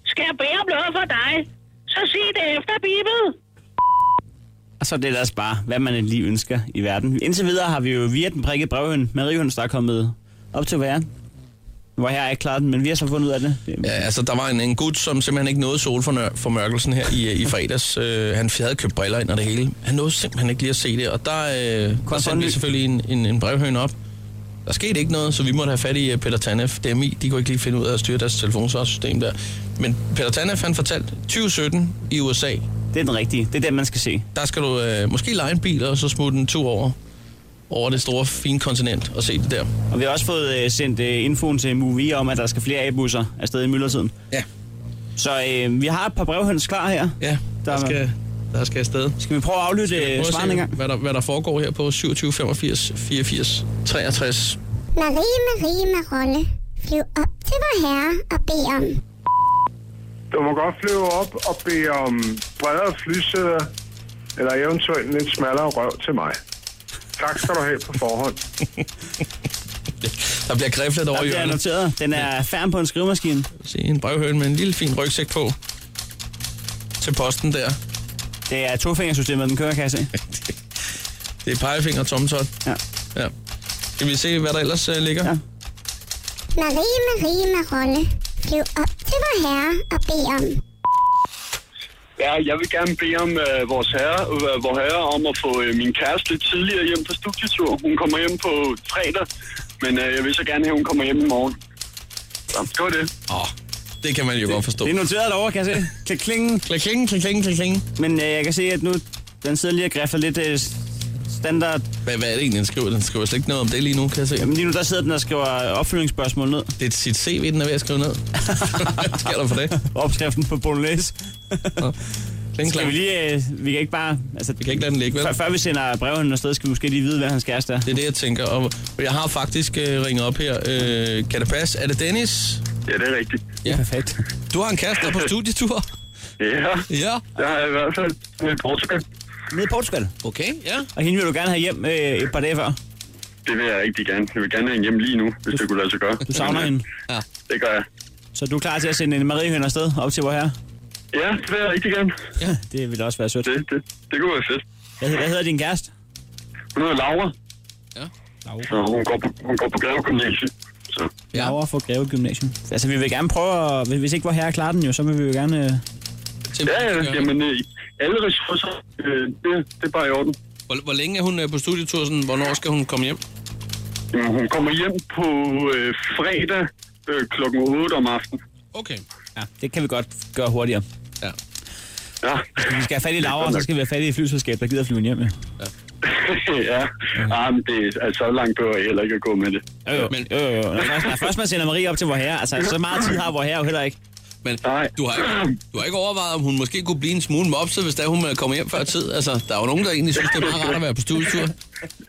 Speaker 14: Skal jeg bede om noget for dig? Så sig det efter, Bibel.
Speaker 3: Og så er det ellers bare, hvad man lige ønsker i verden. Indtil videre har vi jo via den prikkede brevhøn, Mariehøns, der er kommet op til vejr. Hvor her er ikke klaret den, men vi har så fundet ud af det.
Speaker 4: Ja, altså, der var en, en gut, som simpelthen ikke nåede solformørkelsen her i, i fredags. Øh, han havde købt briller ind og det hele. Han nåede simpelthen ikke lige at se det, og der, øh, der sendte vi selvfølgelig en, en, en brevhøn op. Der skete ikke noget, så vi måtte have fat i øh, Peter Tanef. DMI, de kunne ikke lige finde ud af at styre deres telefonsvarssystem der. Men Peter Tanef, han fortalte, 2017 i USA. Det
Speaker 3: er den rigtige. Det er den, man skal se.
Speaker 4: Der skal du øh, måske lege en bil, og så smutte en tur over, over det store, fine kontinent og se det der.
Speaker 3: Og vi har også fået øh, sendt øh, infoen til Movia om, at der skal flere A-busser afsted i myldretiden.
Speaker 4: Ja.
Speaker 3: Så øh, vi har et par brevhøns klar her.
Speaker 4: Ja, der skal- der skal afsted.
Speaker 3: Skal vi prøve at aflytte
Speaker 4: Skal vi prøve
Speaker 3: øh,
Speaker 4: at se,
Speaker 3: svaren en gang?
Speaker 4: Hvad der, hvad der foregår her på 27, 85, 84, 63.
Speaker 15: Marie, Marie, Marolle, flyv op til vor herre og bed om.
Speaker 12: Du må godt flyve op og bede om bredere flysæder, eller eventuelt lidt smallere røv til mig. Tak skal du have på forhånd.
Speaker 4: Der bliver kræflet over
Speaker 3: Der bliver
Speaker 4: hjørnet.
Speaker 3: noteret. Den er færm på en skrivemaskine.
Speaker 4: Se, en brevhøn med en lille fin rygsæk på. Til posten der.
Speaker 3: Det er tofingersystemet, den kører, kan jeg se.
Speaker 4: Det er pegefinger og tomtot.
Speaker 3: Ja.
Speaker 4: ja. Skal vi se, hvad der ellers øh, ligger? Ja.
Speaker 15: Marie, Marie, Marolle, flyv op til vor herre og bed om.
Speaker 5: Ja, jeg vil gerne bede om øh, vores herre, øh, vor herre om at få øh, min kæreste lidt tidligere hjem på studietur. Hun kommer hjem på fredag, men øh, jeg vil så gerne have, at hun kommer hjem i morgen. Så, det var det.
Speaker 4: Åh, det kan man jo godt forstå.
Speaker 3: Det er noteret derovre, kan jeg se. Klik klingen.
Speaker 4: Klik klingen, klik klingen, klik klingen.
Speaker 3: Men øh, jeg kan se, at nu den sidder lige og græfter lidt øh, standard.
Speaker 4: Hvad, hvad er det egentlig, den skriver? Den skriver slet ikke noget om det lige nu, kan jeg se.
Speaker 3: Jamen lige nu, der sidder den og skriver opfølgningsspørgsmål ned.
Speaker 4: Det er sit CV, den er ved at skrive ned. Hvad sker der for det?
Speaker 3: Opskriften på bolognese. skal vi lige, øh, vi kan ikke bare... Altså, vi
Speaker 4: kan ikke lade den ligge, vel?
Speaker 3: Før, før vi sender brevhunden afsted, skal vi måske lige vide, hvad hans kæreste er.
Speaker 4: Det er det, jeg tænker. Og jeg har faktisk øh, ringet op her. Øh, kan det passe? Er det Dennis?
Speaker 5: Ja, det er rigtigt.
Speaker 4: Ja. Perfekt. Du har en kæreste der er på studietur?
Speaker 5: Ja,
Speaker 4: Ja.
Speaker 5: det har jeg i hvert fald med Portugal.
Speaker 3: Nede i Portugal.
Speaker 4: Okay, ja.
Speaker 3: Og hende vil du gerne have hjem øh, et par dage før.
Speaker 5: Det vil jeg rigtig gerne. Jeg vil gerne have hende hjem lige nu, hvis det kunne lade sig gøre.
Speaker 3: Du savner
Speaker 5: Men, øh,
Speaker 3: hende.
Speaker 4: Ja.
Speaker 5: Det gør jeg.
Speaker 3: Så du er klar til at sende en mariehøn afsted op til vor herre?
Speaker 5: Ja, det vil jeg rigtig gerne.
Speaker 4: Ja,
Speaker 3: det ville også være sødt.
Speaker 5: Det, det, det kunne være fedt.
Speaker 3: Hvad, hvad hedder din kæreste?
Speaker 5: Hun hedder Laura.
Speaker 4: Ja.
Speaker 5: Så hun går på, hun går på Greve Gymnasium. Så.
Speaker 3: Ja. Over for Greve Gymnasium. Altså, vi vil gerne prøve at... hvis- Hvis ikke vor herre klarer den jo, så vil vi jo gerne... Øh,
Speaker 5: Ja, ja, jamen, øh, alle ressourcer, øh, det, det er bare i orden.
Speaker 4: Hvor, hvor længe er hun øh, på studietur? Sådan, hvornår skal hun komme hjem?
Speaker 5: Jamen, hun kommer hjem på øh, fredag øh, klokken 8 om aftenen.
Speaker 4: Okay.
Speaker 3: ja, det kan vi godt gøre hurtigere.
Speaker 4: Ja.
Speaker 5: Ja.
Speaker 3: Vi skal have fat i Laura, og så skal vi have fat i et flyselskab, der gider flyve hende hjem. Ja.
Speaker 5: ja, ah, men det er altså, så langt behøver jeg heller ikke at gå med det.
Speaker 3: Jo, jo, men... jo, jo, jo. Når først, når først man sender Marie op til vor herre, altså så meget tid har vor herre jo heller ikke.
Speaker 4: Men du har, ikke, du har ikke overvejet, om hun måske kunne blive en smule mopset, hvis der hun øh, kommer hjem før tid. Altså, der er jo nogen, der egentlig synes, det er meget rart at være på studietur.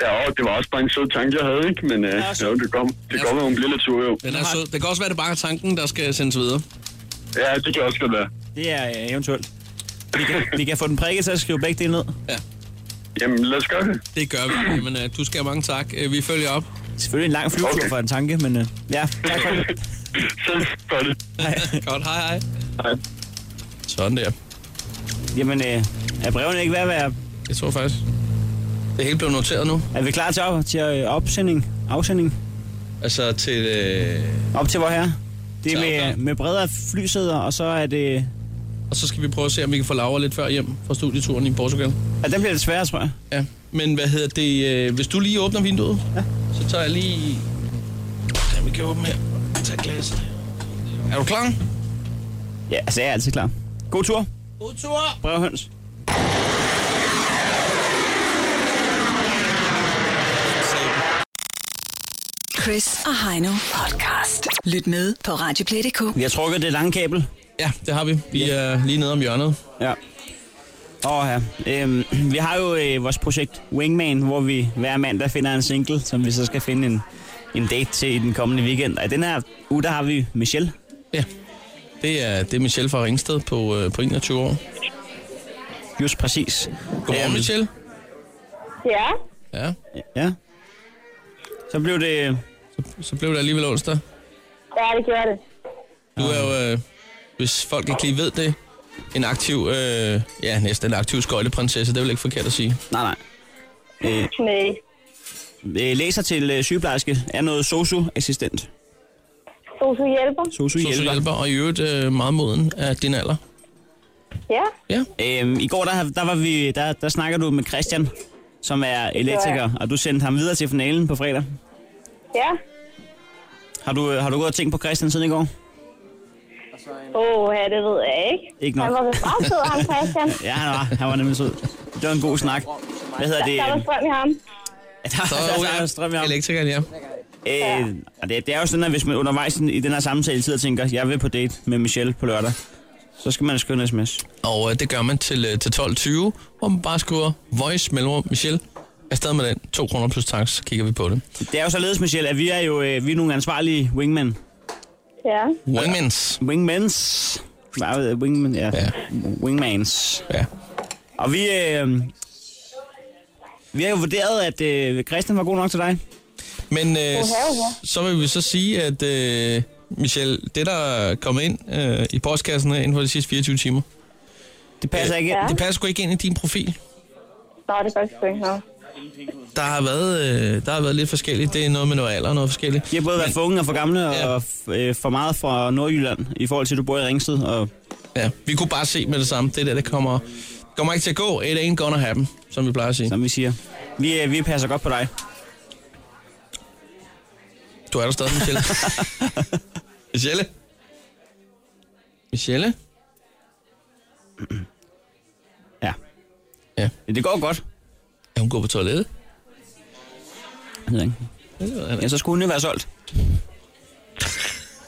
Speaker 5: Ja, og det var også bare en sød tanke, jeg havde, ikke? Men øh,
Speaker 4: Ja, så-
Speaker 5: jo, det kom, det kom, at hun blev lidt sur, jo.
Speaker 4: Den er sød. Det kan også være, det bare er tanken, der skal sendes videre.
Speaker 5: Ja, det kan også godt være.
Speaker 3: Det er øh, eventuelt. Vi kan, vi kan få den prikket til at skrive begge dele ned.
Speaker 5: Jamen, lad os gøre det.
Speaker 4: Det gør vi. Jamen, øh, du skal have mange tak. Øh, Vi følger op.
Speaker 3: Selvfølgelig en lang flyvetur okay. for en tanke, men øh, ja, tak for det.
Speaker 5: Selv for det.
Speaker 4: Godt, hej hej.
Speaker 5: Hej.
Speaker 4: Sådan der.
Speaker 3: Jamen, øh, er brevene ikke værd at være...
Speaker 4: Jeg tror faktisk... Det hele blev noteret nu.
Speaker 3: Er vi klar til, op, til øh, opsending? Afsending?
Speaker 4: Altså til... Øh...
Speaker 3: Op til hvor her? Det er
Speaker 4: Til
Speaker 3: med,
Speaker 4: afgang.
Speaker 3: med bredere flysæder, og så er det...
Speaker 4: Og så skal vi prøve at se, om vi kan få Laura lidt før hjem fra studieturen i Portugal.
Speaker 3: Ja, den bliver lidt sværere, tror jeg.
Speaker 4: Ja, men hvad hedder det? Øh, hvis du lige åbner vinduet, ja. så tager jeg lige... Ja, vi kan åbne her. Tag glasset. Er du klar?
Speaker 3: Ja, altså jeg er altid klar. God tur,
Speaker 4: God tur!
Speaker 3: brevhøns.
Speaker 2: Chris og Heino podcast. Lyt med på Radioplay.dk.
Speaker 3: Vi har trukket det lange kabel.
Speaker 4: Ja, det har vi. Vi er lige nede om hjørnet.
Speaker 3: Ja. Åh ja. Øhm, vi har jo øh, vores projekt Wingman, hvor vi hver mandag finder en single, som vi så skal finde en, en date til i den kommende weekend. Og i den her uge, der har vi Michelle.
Speaker 4: Ja. Det er, det er Michelle fra Ringsted på, øh, på 21 år.
Speaker 3: Just præcis.
Speaker 4: Godmorgen,
Speaker 3: Øhm,
Speaker 4: Michelle.
Speaker 11: Ja,
Speaker 4: Ja,
Speaker 3: Ja. Så blev det...
Speaker 4: så blev det alligevel onsdag.
Speaker 11: ja det gjorde det.
Speaker 4: Du er
Speaker 3: Ah.
Speaker 4: jo, øh, hvis folk ikke lige ved det, en aktiv, øh, ja næsten en aktiv skøjteprinsesse. Det er vel ikke forkert at sige.
Speaker 3: Nej, nej. Øh,
Speaker 11: Nej.
Speaker 3: øh, læser til øh, sygeplejerske er noget sosu-assistent.
Speaker 11: Sosu hjælper.
Speaker 3: Sosu-hjælper.
Speaker 4: Hjælper og i øvrigt øh, meget moden af din alder.
Speaker 11: Ja,
Speaker 4: Ja.
Speaker 3: Øhm, I går, der, der, var vi, der, der snakker du med Christian, som er elektriker,
Speaker 11: Ja.
Speaker 3: og du sendte ham videre til finalen på fredag.
Speaker 11: ja.
Speaker 3: Har du, øh, har du gået og tænkt på Christian siden i går?
Speaker 11: Åh, ja, det ved jeg ikke.
Speaker 3: Ikke nok.
Speaker 11: Han var ved fremtid, ham Christian.
Speaker 3: Ja, han var, han var nemlig sød. Det var en god snak. Hvad hedder
Speaker 11: Der,
Speaker 3: det?
Speaker 11: der var
Speaker 3: øhm,
Speaker 11: strøm i ham.
Speaker 3: Der,
Speaker 4: Så
Speaker 3: der, der, der strøm i ham.
Speaker 4: Elektrikeren, ja.
Speaker 3: Øh, og det, det er jo sådan, at hvis man undervejs i den her samtale sidder og tænker, jeg vil på date med Michelle på lørdag, så skal man skrive en sms.
Speaker 4: Og øh, det gør man til, øh, til 12.20, hvor man bare skriver voice mellemrum Michelle. Afsted med den. 2 kroner plus tax, så kigger vi på det.
Speaker 3: Det er jo således, Michelle, at vi er jo øh, vi er nogle ansvarlige wingmen.
Speaker 11: Ja.
Speaker 4: Wingmans.
Speaker 3: Wingmans.
Speaker 18: Hvad er det? Wingman, ja. ja. Wingmans.
Speaker 4: Ja.
Speaker 3: Og vi, øh, vi har jo vurderet, at øh, Christian var god nok til dig.
Speaker 4: Men øh, så vil vi så sige, at øh, Michelle, det der er kommet ind øh, i postkassen her inden for de sidste 24 timer,
Speaker 3: det passer ikke ind.
Speaker 4: Ja. Det passer sgu ikke ind i din profil.
Speaker 11: Nå, det er faktisk ikke noget.
Speaker 4: Der har været, øh, der har været lidt forskelligt. Det er noget med noget alder og noget forskelligt.
Speaker 3: De har både været for unge og for gamle, og ja. øh, for meget fra Nordjylland, i forhold til, at du bor i Ringsted. Og...
Speaker 4: Ja, vi kunne bare se med det samme. Det der, det kommer, kommer ikke til at gå. It ain't gonna happen, som vi plejer at sige.
Speaker 3: Som vi siger. Vi, øh, vi passer godt på dig.
Speaker 4: Du er der stadig, Michelle. Michelle? Michelle?
Speaker 3: Ja.
Speaker 4: Ja.
Speaker 3: Det går godt.
Speaker 4: Er hun gået på toilettet?
Speaker 3: Jeg ved ikke. Ja, så skulle hun jo være solgt.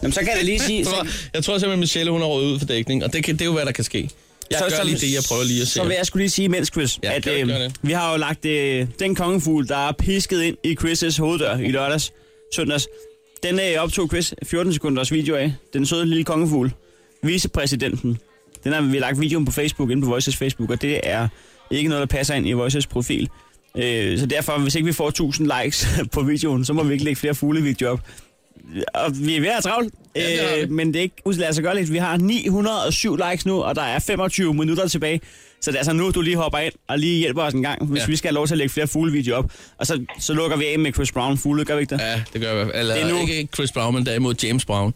Speaker 3: Jamen, så kan jeg lige sige...
Speaker 4: Jeg tror,
Speaker 3: Så,
Speaker 4: jeg tror simpelthen, Michelle hun har rådet ud for dækning, og det, kan, det er jo, hvad der kan ske. Jeg så, gør lige det, jeg prøver lige at se.
Speaker 3: så vil jeg skulle lige sige, mens Chris, ja, at
Speaker 4: gør-
Speaker 3: øh,
Speaker 4: gør det.
Speaker 3: vi har jo lagt øh, den kongefugl, der er pisket ind i Chris' hoveddør i lørdags, søndags. Den øh, optog Chris 14 sekunders video af. Den søde lille kongefugl. Vicepræsidenten. Den har vi lagt videoen på Facebook, inde på Voices Facebook, og det er ikke noget, der passer ind i Voices profil. Øh, så derfor, hvis ikke vi får 1000 likes på videoen, så må vi ikke lægge flere fuglevideoer op. Og vi er ved at have travlt, ja, øh, men det er ikke udlader sig godt lidt. Vi har 907 likes nu, og der er 25 minutter tilbage. Så det er altså nu, du lige hopper ind og lige hjælper os en gang, hvis
Speaker 4: Ja.
Speaker 3: ja. vi skal have lov til at lægge flere fuglevideoer op. Og så, så lukker vi af med Chris Brown fugle, gør vi ikke det?
Speaker 4: Ja, det gør jeg i hvert fald. Eller,
Speaker 3: Det er nu.
Speaker 4: Ikke Chris Brown, men derimod James Brown.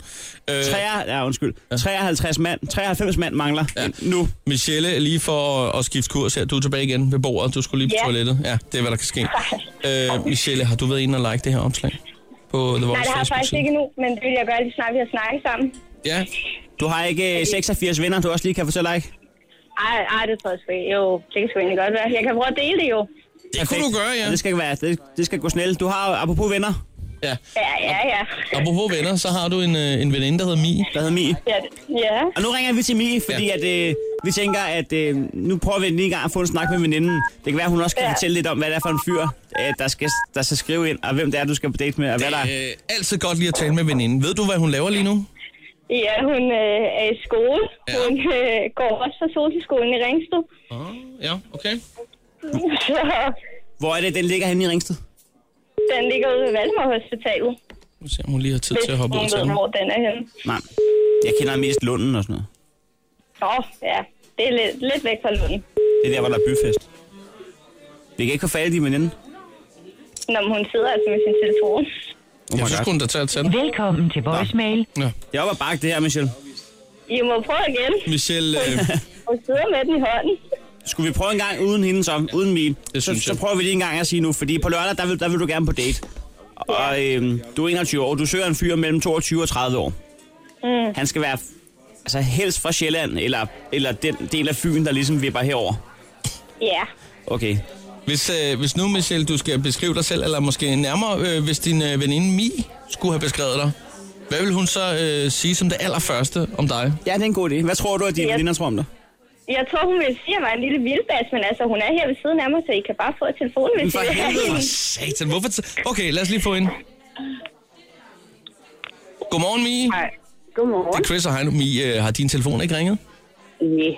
Speaker 4: Øh,
Speaker 3: 3, ja, undskyld. 53 mand, 93 mand mangler ja. nu.
Speaker 4: Michelle, lige for at, at skifte kurs her. Du er tilbage igen ved bordet. Du skulle lige på
Speaker 11: Ja.
Speaker 4: toilettet. Ja, det er, hvad der kan ske. Øh, Michelle, har du været inde og like det her opslag? På The Voice
Speaker 11: Nej, det har jeg
Speaker 4: Facebook
Speaker 11: faktisk ikke endnu, men det vil jeg gøre lige snart, vi har snakket sammen.
Speaker 4: Ja.
Speaker 3: Du har ikke øh, 86 venner, du også lige kan fortælle, ikke?
Speaker 11: Ej, ej, det tror jeg sgu ikke. Jo, det kan sgu egentlig godt være. Jeg kan prøve at dele det jo.
Speaker 4: Det kunne du gøre, ja.
Speaker 3: Det skal, være, det, det skal gå snelt. Du har, jo- apropos venner,
Speaker 4: Ja.
Speaker 11: Ja, ja, ja.
Speaker 4: Apropos venner, så har du en, øh, en veninde, der hedder Mie.
Speaker 3: der hedder Mie.
Speaker 11: Ja, ja.
Speaker 3: Og nu ringer vi til Mie, fordi ja. at, øh, vi tænker, at øh, nu prøver vi lige en gang at få en snak med veninden. Det kan være, hun også kan ja. fortælle lidt om, hvad det er for en fyr, øh, der, skal, der skal skrive ind, og hvem det er, du skal på date med, og hvad der er.
Speaker 4: Øh, altid godt lige at tale med veninden. Ved du, hvad hun laver lige nu?
Speaker 11: Ja, hun øh, er i skole. Ja. Hun øh, går også fra Sotiskolen i Ringsted.
Speaker 4: Ja, okay.
Speaker 11: Så
Speaker 3: Hvor er det, den ligger henne i Ringsted?
Speaker 11: den ligger ude ved Valdemar Hospitalet.
Speaker 4: Nu ser jeg, om hun lige har tid til at
Speaker 11: Hvis
Speaker 4: hoppe ud
Speaker 11: nogen
Speaker 4: til
Speaker 11: ved,
Speaker 4: hende.
Speaker 11: hvor den er henne.
Speaker 3: Nej, jeg kender mest Lunden og sådan noget.
Speaker 11: Nå, ja. Det er lidt, lidt væk fra Lund.
Speaker 3: Det er der, hvor der er byfest. Vi kan ikke få fat i din veninde.
Speaker 11: Når hun sidder altså med sin telefon.
Speaker 3: Oh
Speaker 4: jeg synes, hun der tager til
Speaker 3: Velkommen til voicemail.
Speaker 4: Ja.
Speaker 3: Det er op ad bakke, det her, Michelle.
Speaker 11: I må prøve igen.
Speaker 4: Michelle, øh,
Speaker 11: Hun sidder med den i hånden.
Speaker 3: Skulle vi prøve en gang uden hende så, uden Mie? Det så,
Speaker 4: synes
Speaker 3: så
Speaker 4: jeg.
Speaker 3: prøver vi lige en gang at sige nu, fordi på lørdag, der vil, der vil du gerne på date. Og øhm, du er 21 år, du søger en fyr mellem 22 og 30 år.
Speaker 11: Mm.
Speaker 3: Han skal være altså helst fra Sjælland, eller, eller den del af Fyn, der ligesom vipper herover.
Speaker 11: Ja.
Speaker 3: Okay.
Speaker 4: hvis, øh, hvis nu, Michelle, du skal beskrive dig selv, eller måske nærmere, øh, hvis din øh, veninde Mie skulle have beskrevet dig, hvad vil hun så øh, sige som det allerførste om dig?
Speaker 3: Ja, det er en god idé. Hvad tror du, at dine
Speaker 11: Ja.
Speaker 3: veninder tror om dig?
Speaker 11: Jeg tror, hun vil sige, at jeg var en lille vildbas, men altså, hun er her ved siden af mig, så I kan bare få telefonen, hvis I vil have
Speaker 4: Åh,
Speaker 11: hende.
Speaker 4: satan, hvorfor... t- Okay, lad os lige få hende. Godmorgen, Mie. Hej.
Speaker 19: Godmorgen.
Speaker 4: Det er Chris og Heino. Mie, øh, har din telefon ikke ringet?
Speaker 19: Nej.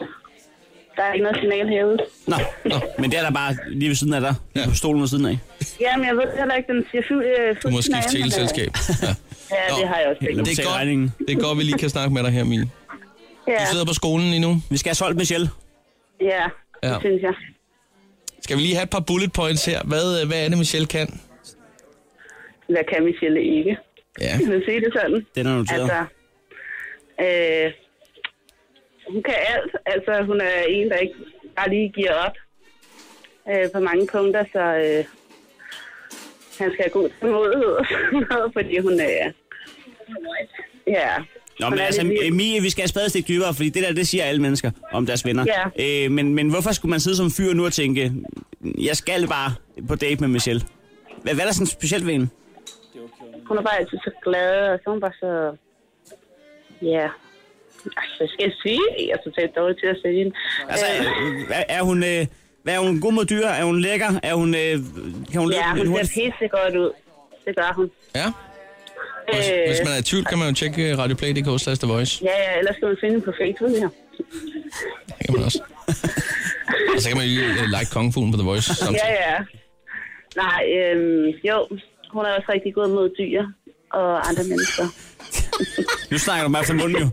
Speaker 19: Der er ikke noget signal herude.
Speaker 3: Nå, nå, men det er der bare lige ved siden af dig. Ja. På stolen ved siden af.
Speaker 19: Jamen, jeg ved heller ikke, den siger fuld øh,
Speaker 4: Du må skifte
Speaker 19: signal, men, øh,
Speaker 4: teleselskab.
Speaker 19: Ja, det har jeg også tænkt.
Speaker 4: Det er, godt, det er godt, vi lige kan snakke med dig her, Mie.
Speaker 19: Ja,
Speaker 4: Du sidder på skolen lige nu.
Speaker 3: Vi skal have solgt Michelle.
Speaker 19: ja,
Speaker 4: Ja.
Speaker 19: det synes jeg.
Speaker 4: Skal vi lige have et par bullet points her? Hvad, øh, hvad er det, Michelle kan?
Speaker 19: Hvad kan Michelle ikke?
Speaker 4: Ja.
Speaker 19: Kan man sige det sådan?
Speaker 3: Den er noteret.
Speaker 19: Altså, øh, hun kan alt. Altså, hun er en, der ikke bare lige giver op øh, på mange punkter, så øh, han skal have god tålmodighed, fordi hun er... Ja,
Speaker 3: Nå,
Speaker 19: hun
Speaker 3: men
Speaker 19: er
Speaker 3: altså,
Speaker 19: lidt vild.
Speaker 3: Mie, vi skal et spadestik dybere, fordi det der, det siger alle mennesker om deres venner.
Speaker 19: Ja.
Speaker 3: Øh, men, men hvorfor skulle man sidde som fyr nu og tænke, jeg skal bare på date med Michelle? Hvad, hvad er der sådan specielt ved hende?
Speaker 19: Hun er bare altid så glad, og så er hun bare så... Ja. Altså, hvad skal jeg sige? Jeg er totalt dårlig til at sælge hende.
Speaker 3: Altså, øh, er, er hun... Øh, hvad er hun god mod dyr? Er hun lækker? Er hun, øh, kan hun
Speaker 19: ja,
Speaker 3: løbe
Speaker 19: hun
Speaker 3: lidt hurtigt?
Speaker 19: ser pisse godt ud. Det gør hun.
Speaker 4: Ja. Hvis, hvis man er i tvivl, kan man jo tjekke radioplay.dk slash The Voice.
Speaker 19: Ja, ja, ellers skal man finde den på Facebook her.
Speaker 4: Det kan man også. Og så kan man lige øh, like kongfuglen på The Voice samtidig.
Speaker 19: Ja, ja. Nej, øhm, jo, hun er også rigtig god mod dyr og andre mennesker.
Speaker 3: Nu snakker du mig fra munden jo.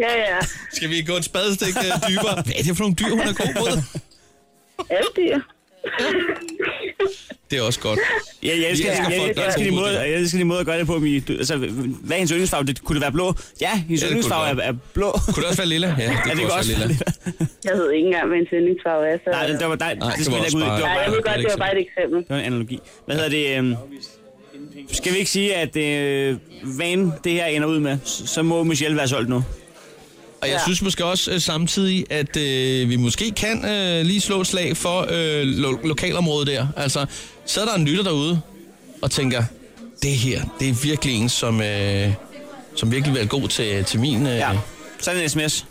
Speaker 19: Ja, ja.
Speaker 4: Skal vi gå et spadestik øh, dybere? Hvad er det for nogle dyr, hun er god mod?
Speaker 19: Alle dyr.
Speaker 4: Det er også godt.
Speaker 3: Ja, jeg elsker,
Speaker 4: Vi
Speaker 3: jeg,
Speaker 4: elsker
Speaker 3: jeg,
Speaker 4: folk, der
Speaker 3: jeg,
Speaker 4: er
Speaker 3: elsker
Speaker 4: gode
Speaker 3: din
Speaker 4: mod
Speaker 3: måde, jeg elsker din måde at gøre det på. Mi. Du- Altså, hvad er hendes yndlingsfarve? Det, kunne det være blå? Ja, hendes
Speaker 4: Ja,
Speaker 3: ja,
Speaker 4: det kunne
Speaker 3: yndlingsfarve
Speaker 4: det
Speaker 3: er,
Speaker 4: være.
Speaker 3: er, blå. Kunne
Speaker 4: det også være lilla? Ja, det kunne også være lilla.
Speaker 19: Jeg ved ikke engang, hvad en søndingsfarve er. Så...
Speaker 3: Nej, det, det var dig.
Speaker 4: Nej,
Speaker 3: det
Speaker 4: det
Speaker 3: skal
Speaker 4: var
Speaker 3: vi
Speaker 4: også
Speaker 3: lægge ud.
Speaker 4: bare-
Speaker 3: Det var
Speaker 19: Nej, jeg ved godt, det var bare et eksempel.
Speaker 3: Det var en analogi. Hvad hedder det? øhm, skal vi ikke sige, at øh, vanen det her ender ud med, så så må Michelle være solgt nu.
Speaker 4: Og jeg ja. synes måske også øh, samtidig, at øh, vi måske kan øh, lige slå et slag for øh, lo- lokalområdet der. Altså, så er der en lytter derude og tænker, det her, det er virkelig en, som, øh, som virkelig vil være god til, til min... Øh, ja,
Speaker 3: så er det en sms.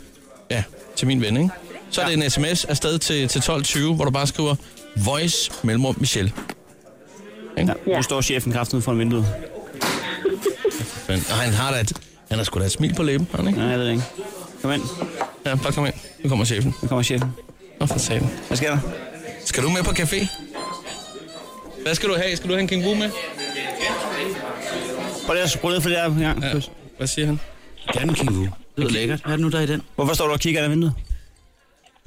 Speaker 4: Ja, til min ven, ikke? Så er det en sms afsted til, til 12.20, hvor du bare skriver, voice mellemrum Michelle. Ikke?
Speaker 3: Ja. Nu står chefen kraften foran vinduet.
Speaker 4: Men, og han har da et, han har sgu da et smil på læben, har han ikke?
Speaker 3: Nej, jeg ved det ikke. Kom ind.
Speaker 4: Ja, bare kom ind. Nu kommer chefen.
Speaker 3: Nu kommer chefen.
Speaker 4: Nå, for satan.
Speaker 3: Hvad sker der?
Speaker 4: Skal du med på café? Hvad skal du have? Skal du have en kænguru med?
Speaker 3: Prøv lige at skrue ned for det her en gang. Ja.
Speaker 4: Hvad siger han?
Speaker 3: Gerne kænguru. Det lyder lækkert. Hvad er det nu, der er i den? Hvorfor står du og kigger ind ad vinduet?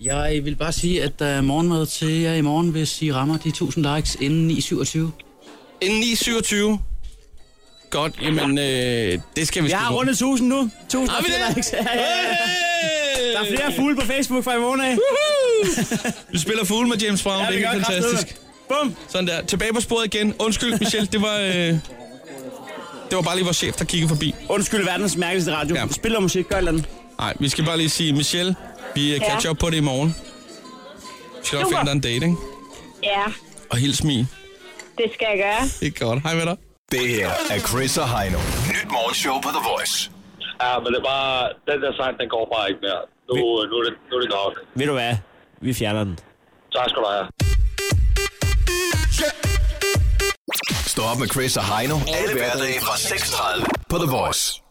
Speaker 18: Jeg vil bare sige, at der er morgenmad til jer i morgen, hvis I rammer de 1000 likes inden 9.27.
Speaker 4: Inden 9.27? Godt, jamen øh, det skal vi
Speaker 3: Jeg
Speaker 4: sgu
Speaker 3: har
Speaker 4: nå.
Speaker 3: rundet 1000 nu. 1000
Speaker 4: Har vi det?
Speaker 3: likes. Ja, ja, ja. Der er flere fugle på Facebook fra i morgen af.
Speaker 4: Vi spiller fugle med James Brown,
Speaker 3: Ja,
Speaker 4: ja,
Speaker 3: vi
Speaker 4: det er
Speaker 3: gør
Speaker 4: helt
Speaker 3: kraftedeme.
Speaker 4: fantastisk.
Speaker 3: Bum!
Speaker 4: Sådan der. Tilbage på sporet igen. Undskyld, Michelle, det var... Øh, det var bare lige vores chef, der kiggede forbi.
Speaker 3: Undskyld verdens mærkeligste radio. Ja. Spiller musik, gør et eller andet.
Speaker 4: Nej, vi skal bare lige sige, Michelle, vi øh,
Speaker 3: Ja.
Speaker 4: catch up på det i morgen. Vi skal nok
Speaker 3: Super.
Speaker 4: finde dig en date, ikke?
Speaker 11: Ja,
Speaker 4: Og hils mig.
Speaker 11: det skal jeg gøre.
Speaker 4: Det er godt. Hej med dig.
Speaker 13: Det her er Chris og Heino. Nyt morgenshow på The Voice.
Speaker 10: Ja, men det er bare, den der sang, den går bare ikke mere. Nu, nu, er, det, nu er det nok.
Speaker 3: Ved du hvad? Vi fjerner den.
Speaker 10: Tak skal du have.
Speaker 13: Stå op med Chris og Heino. Alle hverdage fra 6.30 på The Voice.